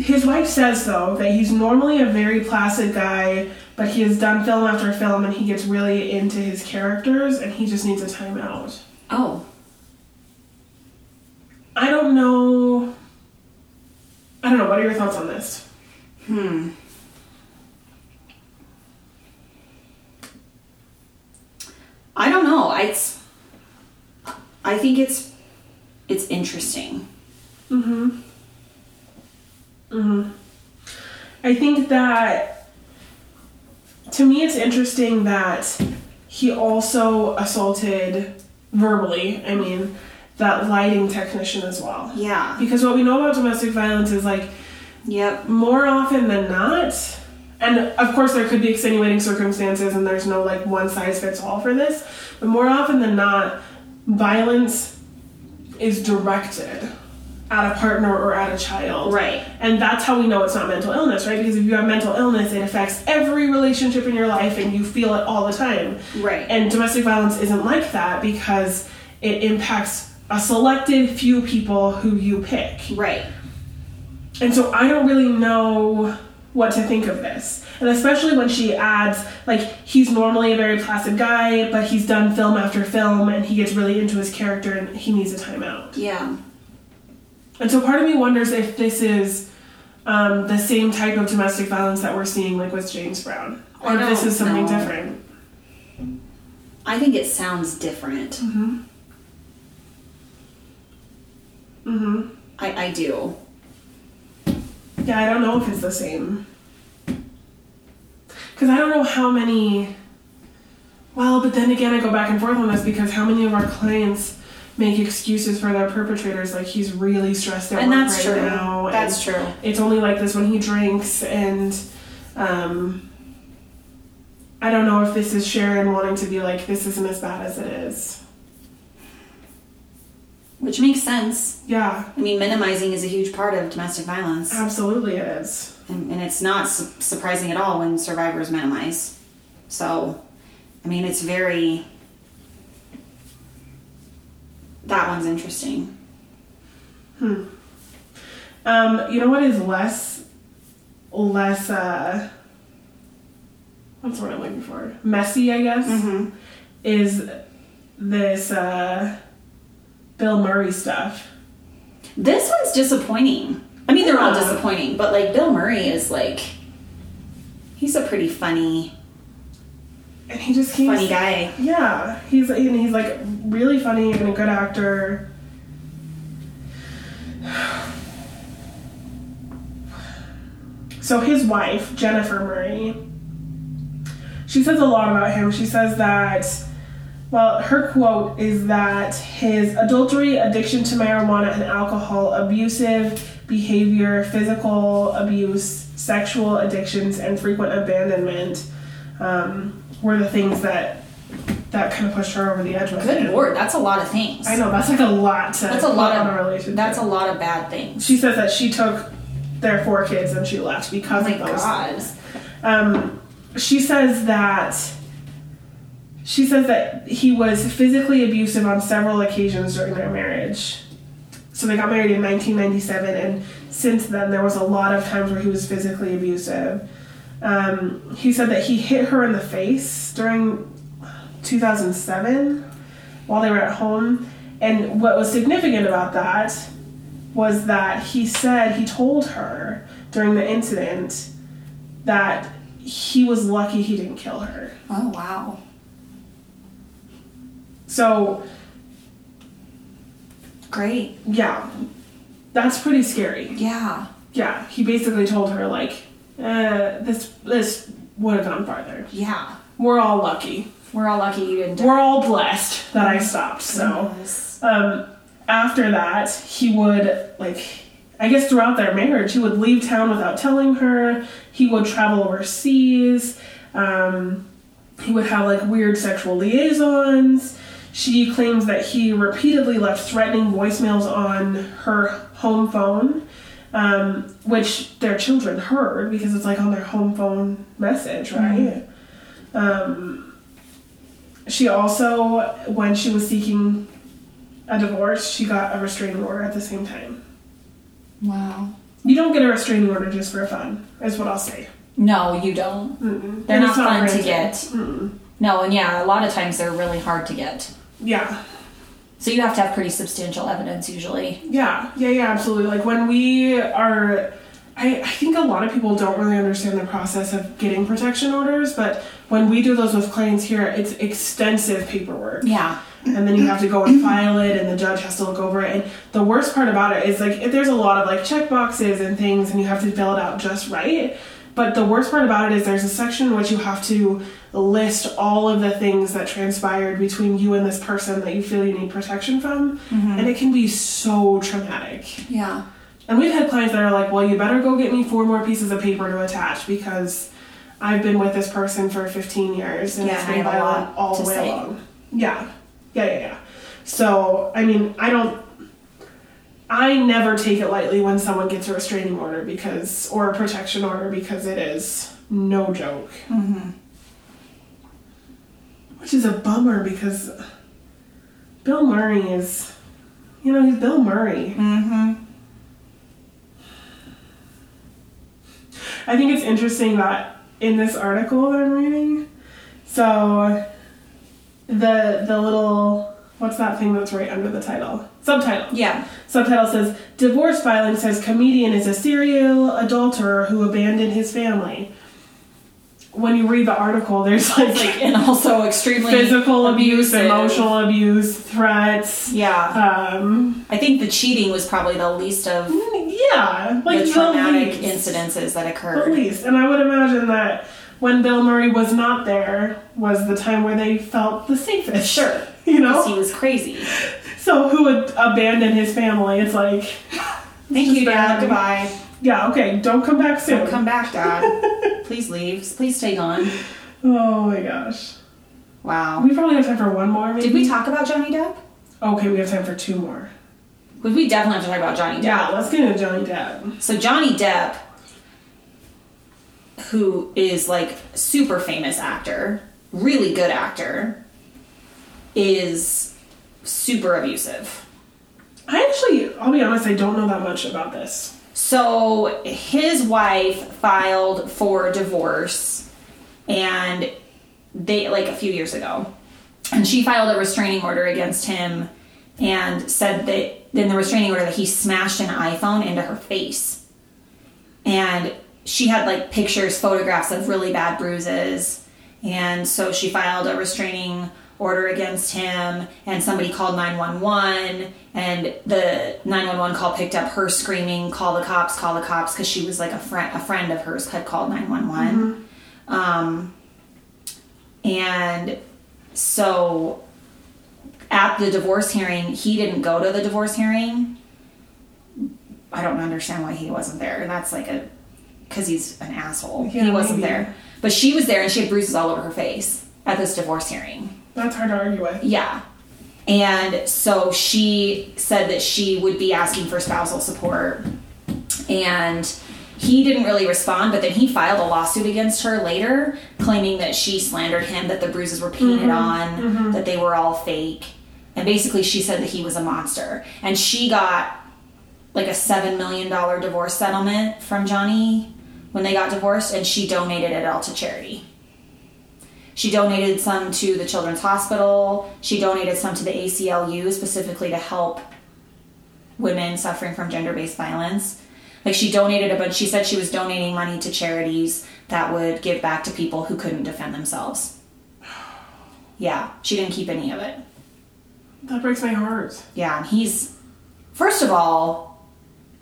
S3: His wife says though that he's normally a very placid guy, but he has done film after film, and he gets really into his characters, and he just needs a timeout.
S4: Oh,
S3: I don't know. I don't know. What are your thoughts on this?
S4: I don't know. I- It's. I think it's. It's interesting.
S3: I think that to me it's interesting that he also assaulted verbally, I mean, that lighting technician as well.
S4: Yeah.
S3: Because what we know about domestic violence is like
S4: Yep.
S3: more often than not, and of course there could be extenuating circumstances and there's no like one size fits all for this, but more often than not, violence is directed at a partner or at a child.
S4: Right.
S3: And that's how we know it's not mental illness, right? Because if you have mental illness, it affects every relationship in your life and you feel it all the time.
S4: Right.
S3: And domestic violence isn't like that because it impacts a selected few people who you pick.
S4: Right.
S3: And so I don't really know what to think of this. And especially when she adds, like, he's normally a very placid guy, but he's done film after film and he gets really into his character and he needs a timeout.
S4: Yeah.
S3: And so part of me wonders if this is um, the same type of domestic violence that we're seeing, like, with James Brown, or
S4: I
S3: if this
S4: don't
S3: is something
S4: know.
S3: different.
S4: I think it sounds different. Mm-hmm.
S3: Mhm.
S4: I, I do.
S3: Yeah, I don't know if it's the same. Because I don't know how many. Well, but then again, I go back and forth on this because how many of our clients make excuses for their perpetrators? Like he's really stressed out
S4: And
S3: right
S4: that's true.
S3: now. and
S4: That's true.
S3: It's only like this when he drinks, and um, I don't know if this is Sharon wanting to be like, this isn't as bad as it is.
S4: Which makes sense.
S3: Yeah,
S4: I mean, minimizing is a huge part of domestic violence.
S3: Uh-huh. absolutely, it is.
S4: And, and it's not su- surprising at all when survivors minimize. So, I mean, it's very. That one's interesting.
S3: Um, you know what is less, less, uh, what's the word I'm looking for? Messy, I guess, is this, uh, Bill Murray stuff.
S4: This one's disappointing. I mean, they're all
S3: Yeah.
S4: disappointing, but like Bill Murray is like. He's a pretty funny,
S3: And he just keeps,
S4: funny guy.
S3: yeah, he's, and he's like really funny and a good actor. So his wife, Jennifer Murray, she says a lot about him. She says that, well, her quote is that his adultery, addiction to marijuana and alcohol, abusive behavior, physical abuse, sexual addictions, and frequent abandonment um, were the things that that kind of pushed her over the edge with
S4: Good
S3: him.
S4: lord, that's a lot of things.
S3: I know that's like a lot to
S4: That's a lot
S3: put
S4: of
S3: on a relationship.
S4: That's a lot of bad things.
S3: She says that she took their four kids and she left because
S4: Oh my
S3: of those.
S4: god.
S3: Um, she says that she says that he was physically abusive on several occasions during their marriage. So they got married in 1997, and since then there was a lot of times where he was physically abusive. Um, he said that he hit her in the face during 2007 while they were at home. And what was significant about that was that he said he told her during the incident that he was lucky he didn't kill her.
S4: Oh wow.
S3: So,
S4: Great.
S3: yeah, that's pretty scary.
S4: Yeah.
S3: Yeah, he basically told her like, uh, this this would have gone farther.
S4: Yeah.
S3: We're all lucky.
S4: We're all lucky you didn't die.
S3: We're all blessed that I stopped. So, um, after that, he would like. I guess throughout their marriage, he would leave town without telling her. He would travel overseas. Um, he would have like weird sexual liaisons. She claims that he repeatedly left threatening voicemails on her home phone, um, which their children heard because it's like on their home phone message, right? Um, she also, when she was seeking a divorce, she got a restraining order at the same time.
S4: Wow.
S3: You don't get a restraining order just for fun, is what I'll say.
S4: No, you don't.
S3: Mm-mm.
S4: They're
S3: And
S4: not
S3: it's
S4: fun to
S3: granted.
S4: get.
S3: Mm-mm.
S4: No, and yeah, a lot of times they're really hard to get.
S3: Yeah.
S4: So you have to have pretty substantial evidence usually.
S3: Yeah, yeah, yeah, absolutely. Like when we are, I, I think a lot of people don't really understand the process of getting protection orders, but when we do those with clients here, it's extensive paperwork.
S4: Yeah.
S3: And then you have to go and file it, and the judge has to look over it. And the worst part about it is like if there's a lot of like check boxes and things, and you have to fill it out just right. But the worst part about it is there's a section in which you have to list all of the things that transpired between you and this person that you feel you need protection from, and it can be so traumatic.
S4: Yeah.
S3: And we've had clients that are like, well, you better go get me four more pieces of paper to attach because I've been with this person for 15 years and
S4: Yeah,
S3: it's
S4: I
S3: been
S4: have a
S3: violent
S4: lot
S3: all
S4: to
S3: the way
S4: say.
S3: along. Yeah. Yeah, yeah, yeah. So, I mean, I don't. I never take it lightly when someone gets a restraining order because, or a protection order because it is no joke. Mm-hmm. Which is a bummer because Bill Murray is, you know, he's Bill Murray.
S4: Mm-hmm.
S3: I think it's interesting that in this article that I'm reading, so the the little what's that thing that's right under the title subtitle
S4: Yeah.
S3: subtitle says divorce filing says comedian is a serial adulterer who abandoned his family. When you read the article, there's like,
S4: And also extremely
S3: physical abuse,
S4: abusive.
S3: emotional abuse, threats.
S4: Yeah.
S3: Um,
S4: I think the cheating was probably the least of
S3: yeah, like
S4: the traumatic
S3: least.
S4: incidences that
S3: At
S4: occurred.
S3: least. And I would imagine that when Bill Murray was not there was the time where they felt the safest.
S4: Sure.
S3: You
S4: Because he
S3: know?
S4: was crazy.
S3: So who would abandon his family? It's like,
S4: Thank you,
S3: bad.
S4: Dad. Goodbye.
S3: yeah, okay, don't come back soon.
S4: Don't come back, Dad. Please leave. Please stay gone.
S3: oh my gosh.
S4: Wow.
S3: We probably have time for one more, maybe?
S4: Did we talk about Johnny Depp?
S3: okay, we have time for two more.
S4: Would we definitely have to talk about Johnny Depp?
S3: Yeah, let's get into Johnny Depp.
S4: So Johnny Depp, who is like super famous actor, really good actor, is super abusive.
S3: I actually, I'll be honest, I don't know that much about this.
S4: So his wife filed for divorce and they like a few years ago. And she filed a restraining order against him and said that in the restraining order that he smashed an iPhone into her face. And she had like pictures, photographs of really bad bruises. And so she filed a restraining order against him and somebody called 911 and the 911 call picked up her screaming call the cops call the cops because she was like a friend a friend of hers had called 911 um, and so at the divorce hearing he didn't go to the divorce hearing i don't understand why he wasn't there that's like a because he's an asshole he
S3: Yeah,
S4: wasn't
S3: maybe.
S4: there but she was there and she had bruises all over her face at this divorce hearing
S3: That's hard to argue with.
S4: yeah. And so she said that she would be asking for spousal support. And he didn't really respond, but then he filed a lawsuit against her later, claiming that she slandered him, that the bruises were painted on, that they were all fake. And basically, she said that he was a monster. And she got like a $7 million divorce settlement from Johnny when they got divorced, and she donated it all to charity. She donated some to the Children's Hospital. She donated some to the ACLU specifically to help women suffering from gender based violence. Like she donated a bunch, she said she was donating money to charities that would give back to people who couldn't defend themselves. Yeah, she didn't keep any of it.
S3: That breaks my heart.
S4: Yeah, and he's, first of all,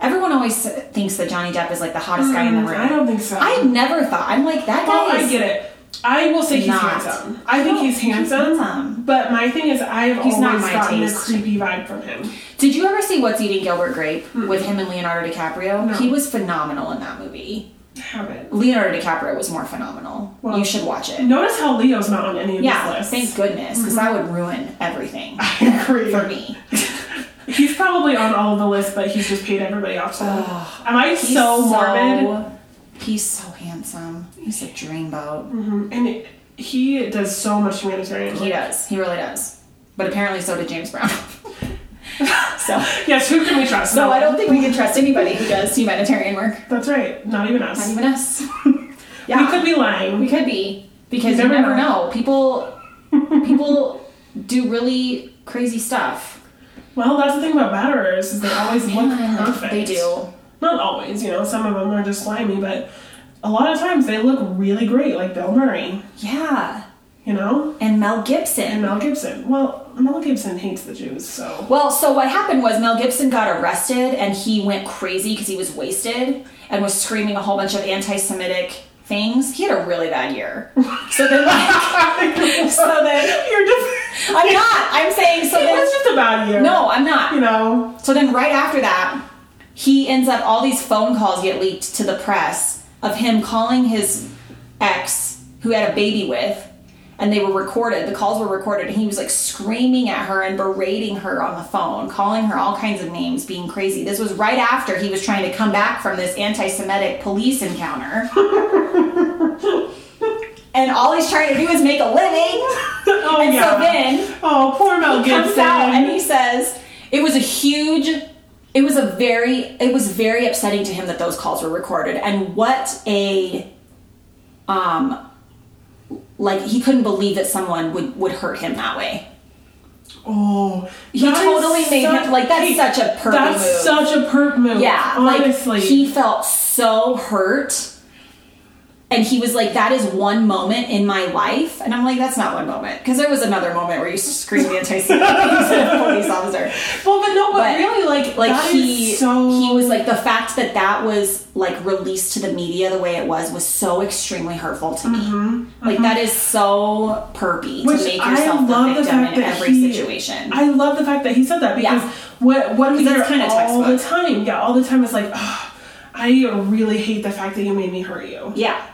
S4: everyone always thinks that Johnny Depp is like the hottest guy in the
S3: Mm,
S4: room.
S3: I don't think so.
S4: I never thought. I'm like, that guy
S3: Well,
S4: is.
S3: I get it. I will say he's
S4: Not.
S3: handsome. I think he's handsome,
S4: handsome.
S3: But my thing is, I've
S4: He's not
S3: always
S4: my
S3: gotten
S4: taste.
S3: a creepy vibe from him.
S4: Did you ever see What's Eating Gilbert Grape with him and Leonardo DiCaprio? He was phenomenal in that movie.
S3: I haven't.
S4: Leonardo DiCaprio was more phenomenal.
S3: Well,
S4: you should watch it.
S3: Notice how Leo's not on any of
S4: yeah,
S3: these
S4: thank
S3: lists.
S4: goodness, because that would ruin everything
S3: I agree.
S4: for me.
S3: He's probably on all of the lists, but he's just paid everybody off. So, am I
S4: He's
S3: so morbid?
S4: He's so handsome. He's a dreamboat.
S3: Mhm. And he does so much humanitarian.
S4: He
S3: work.
S4: does. He really does. But apparently, so did James Brown. so,
S3: Yes, who can we trust?
S4: so
S3: No
S4: I
S3: one.
S4: don't think we can trust anybody who does humanitarian work.
S3: That's right. Not even us.
S4: Not even us.
S3: We could be lying.
S4: We could be because
S3: You
S4: you
S3: never
S4: never, know. People people do really crazy stuff.
S3: Well, that's the thing about batterers is they always
S4: Man,
S3: look perfect.
S4: They do.
S3: not always, you know, some of them are just slimy, but a lot of times they look really great, like Bill Murray,
S4: Yeah.
S3: you know,
S4: And Mel
S3: and
S4: Gibson.
S3: Mel Gibson. Well, Mel Gibson hates the Jews, so
S4: Well, so what happened was Mel Gibson got arrested and he went crazy because he was wasted and was screaming a whole bunch of anti-Semitic things. He had a really bad year. So then, like, so then,
S3: you're just.
S4: I'm not. I'm saying so
S3: It
S4: then.
S3: was just about you.
S4: No, I'm not.
S3: you know,
S4: So then, right after that, he ends up all these phone calls get leaked to the press of him calling his ex, who he had a baby with, and they were recorded. The calls were recorded, and he was like screaming at her and berating her on the phone, calling her all kinds of names, being crazy. This was right after he was trying to come back from this anti Semitic police encounter. And all he's trying to do is make a living.
S3: oh
S4: and
S3: yeah.
S4: so then
S3: oh, poor Mel
S4: comes
S3: Gibson.
S4: out and he says it was a huge it was a very it was very upsetting to him that those calls were recorded and what a um like he couldn't believe that someone would would hurt him that way
S3: Oh,
S4: He totally made him- like, that's such a pervy
S3: That's
S4: move.
S3: such a perp move.
S4: yeah
S3: honestly,
S4: like he felt so hurt and he was like that is one moment in my life and i'm like that's not one moment because there was another moment where you screamed anti-semitic at a police officer
S3: well, but no, but,
S4: but
S3: really, like,
S4: like
S3: that is
S4: he
S3: so
S4: he was like the fact that that was like released to the media the way it was was so extremely hurtful to me like that is so perpy
S3: Mm-hmm, Which
S4: to make
S3: I
S4: yourself
S3: love
S4: the
S3: the
S4: victim
S3: fact
S4: in
S3: that
S4: every
S3: he-
S4: situation
S3: I love the fact that he said that because
S4: Yeah.
S3: what what do we hear
S4: That's kinda
S3: all the
S4: textbook.
S3: time? Yeah, all the time is like, "Ugh, I really hate the fact that you made me hurt you.
S4: yeah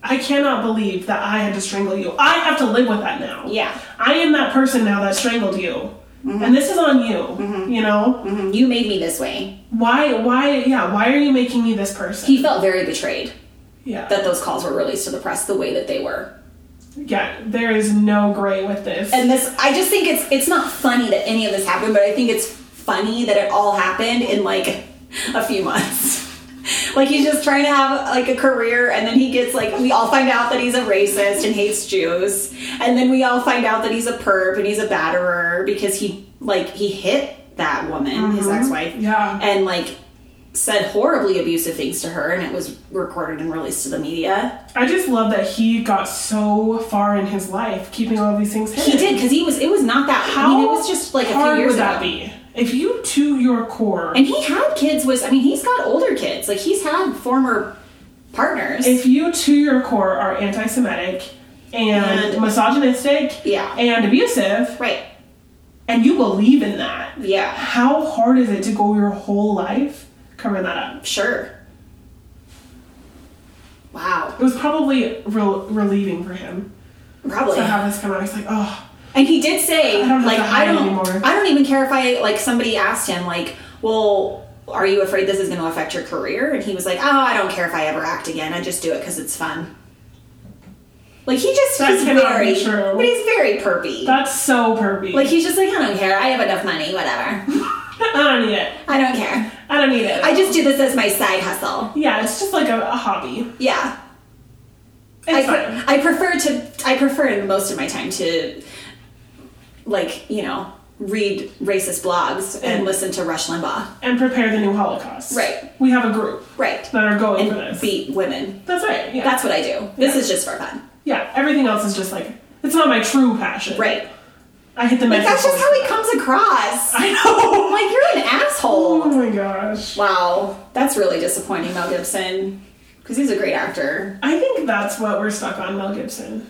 S3: I cannot believe that I had to strangle you. I have to live with that now.
S4: Yeah. Mm-hmm.
S3: I am that person now that strangled you, and this is on you. You know
S5: You made me this way.
S3: why? Why? Yeah, why are you making me this person?
S4: he felt very betrayed
S3: yeah,
S4: that those calls were released to the press the way that they were
S3: yeah. There is no gray with this.
S4: and this i just think it's it's not funny that any of this happened but i think it's funny that it all happened in like a few months like he's just trying to have like a career and then he gets like we all find out that he's a racist and hates jews and then we all find out that he's a perp and he's a batterer because he like he hit that woman his ex-wife
S3: Mm-hmm. Yeah.
S4: and like said horribly abusive things to her and it was recorded and released to the media
S3: I just love that he got so far in his life keeping all these things hidden.
S4: He did because he was. It was not that.
S3: How
S4: I mean, it was just like a few
S3: hard
S4: years
S3: would
S4: ago.
S3: that be? If you to your core,
S4: And he had kids. Was I mean, he's got older kids. Like he's had former partners.
S3: if you to your core are anti-Semitic and,
S4: And-
S3: misogynistic,
S4: Yeah.
S3: and abusive,
S4: right.
S3: and you believe in that,
S4: Yeah.
S3: how hard is it to go your whole life covering that up?
S4: Sure. Wow.
S3: It was probably rel- relieving for him
S4: Probably.
S3: to have this come out. He's like, oh,
S4: And he did say,
S3: I don't have
S4: like,
S3: to
S4: I
S3: hide
S4: don't,
S3: anymore.
S4: I don't even care if I like somebody asked him, like, well, are you afraid this is going to affect your career? And he was like, oh, I don't care if I ever act again. I just do it because it's fun. Like he just
S3: That
S4: he's
S3: cannot
S4: very,
S3: be true.
S4: but he's very perpy.
S3: that's so pervy.
S4: Like he's just like, I don't care. I have enough money. Whatever.
S3: I don't need it.
S4: I don't care.
S3: I don't need it.
S4: I just do this as my side hustle.
S3: yeah, it's just like a, a hobby.
S4: Yeah. I,
S3: It's fine.
S4: pre- I prefer to. I prefer most of my time to, like you know, read racist blogs and
S3: And-
S4: listen to Rush Limbaugh.
S3: and prepare the new Holocaust.
S4: Right.
S3: We have a group
S4: Right.
S3: that are going for
S4: And
S3: this.
S4: beat women.
S3: That's right. Yeah.
S4: That's what I do. This is just for fun.
S3: yeah. Everything else is just like it's not my true passion.
S4: Right.
S3: I hit the
S4: Like
S3: message.
S4: that's just how he comes across.
S3: I know.
S4: Like you're an
S3: oh
S4: asshole.
S3: my gosh.
S4: Wow. That's really disappointing, Mel Gibson. Because he's a great actor.
S3: I think that's what we're stuck on, Mel Gibson.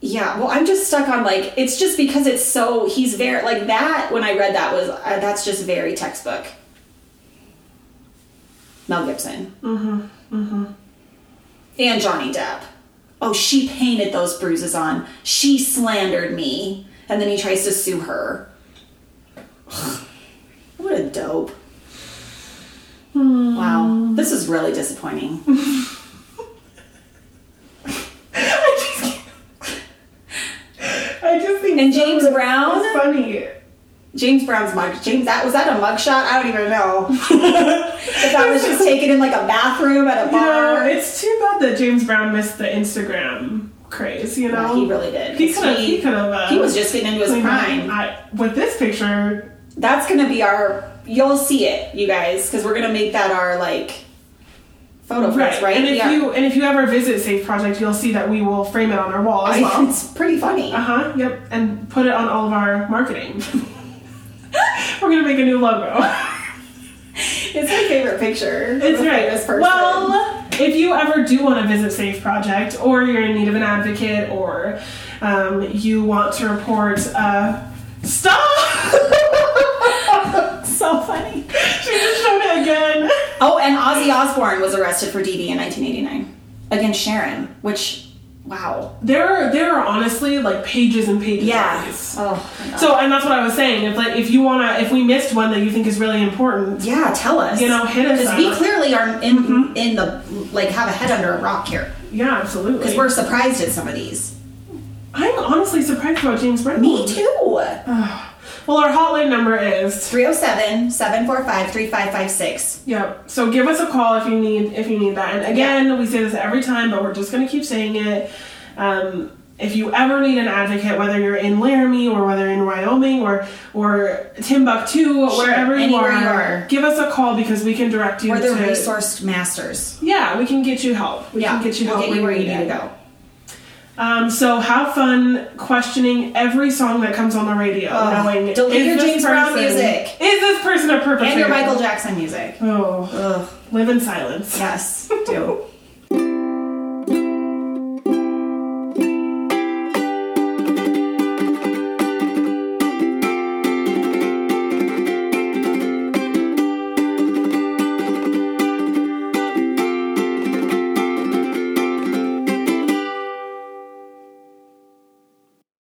S4: Yeah, well, I'm just stuck on like it's just because it's so he's very like that. When I read that was uh, that's just very textbook. Mel Gibson. Mm-hmm. Mm-hmm. And Johnny Depp. Oh, she painted those bruises on. She slandered me, and then he tries to sue her. what a dope. Hmm. Wow, this is really disappointing.
S3: I just can't. I just think
S4: And
S3: so
S4: James
S3: that-
S4: Brown?
S3: that's funny.
S4: James Brown's mug. James, that was that a mugshot? I don't even know. if that was just taken in like a bathroom at a
S3: You know,
S4: bar.
S3: it's too bad that James Brown missed the Instagram craze. You know,
S4: Yeah, he really did.
S3: He could have. He, could have. Uh,
S4: He was just getting into his
S3: cleaned up.
S4: prime.
S3: I, with this picture,
S4: That's gonna be our. You'll see it, you guys, because we're gonna make that our like photo press, right?
S3: And if
S4: yeah.
S3: you and if you ever visit Safe Project, you'll see that we will frame it on our wall as
S4: I-
S3: well.
S4: it's pretty funny.
S3: Uh huh. Yep. And put it on all of our marketing. We're gonna make a new logo.
S4: It's my favorite picture.
S3: It's
S4: of a
S3: right.
S4: famous person.
S3: Well, if you ever do want to visit Safe Project, or you're in need of an advocate, or um, you want to report, uh, stop.
S4: so funny.
S3: she just showed it again.
S4: Oh, and Ozzy Osbourne was arrested for DV in 1989 against Sharon, which, wow.
S3: There, are, there are honestly like pages and pages. of
S4: Yeah.
S3: these.
S4: Oh, my God.
S3: So, and that's what I was saying. If like, if you wanna, if we missed one that you think is really important,
S4: Yeah, tell us.
S3: You know, hit us
S4: Because we
S3: up. Mm-hmm.
S4: clearly are in in the like have a head under a rock here
S3: yeah,
S4: because
S3: absolutely.
S4: we're surprised at some of these.
S3: Mm-hmm. I'm honestly surprised about James Brown.
S4: Me too.
S3: Ugh. Well, our hotline number is
S4: 307 745 3556.
S3: yep. So give us a call if you need if you need that. And again, we say this every time, but we're just gonna keep saying it. Um, if you ever need an advocate, whether you're in Laramie or whether in Wyoming or or Timbuktu, wherever you
S4: anywhere
S3: are,
S4: you are.
S3: give us a call because we can direct you
S4: We're the
S3: to
S4: resourced masters.
S3: Yeah, we can get you help. We
S4: yeah,
S3: can get you
S4: we'll
S3: help
S4: get you where
S3: when
S4: you
S3: need
S4: need
S3: it.
S4: to go.
S3: Um, so have fun questioning every song that comes on the radio,
S4: Ugh.
S3: knowing
S4: Delete
S3: is
S4: your
S3: this
S4: James Brown
S3: person-
S4: music.
S3: Is this person a perpetrator?
S4: And your Michael Jackson music.
S3: Oh,
S4: Ugh.
S3: live in silence.
S4: Yes, do.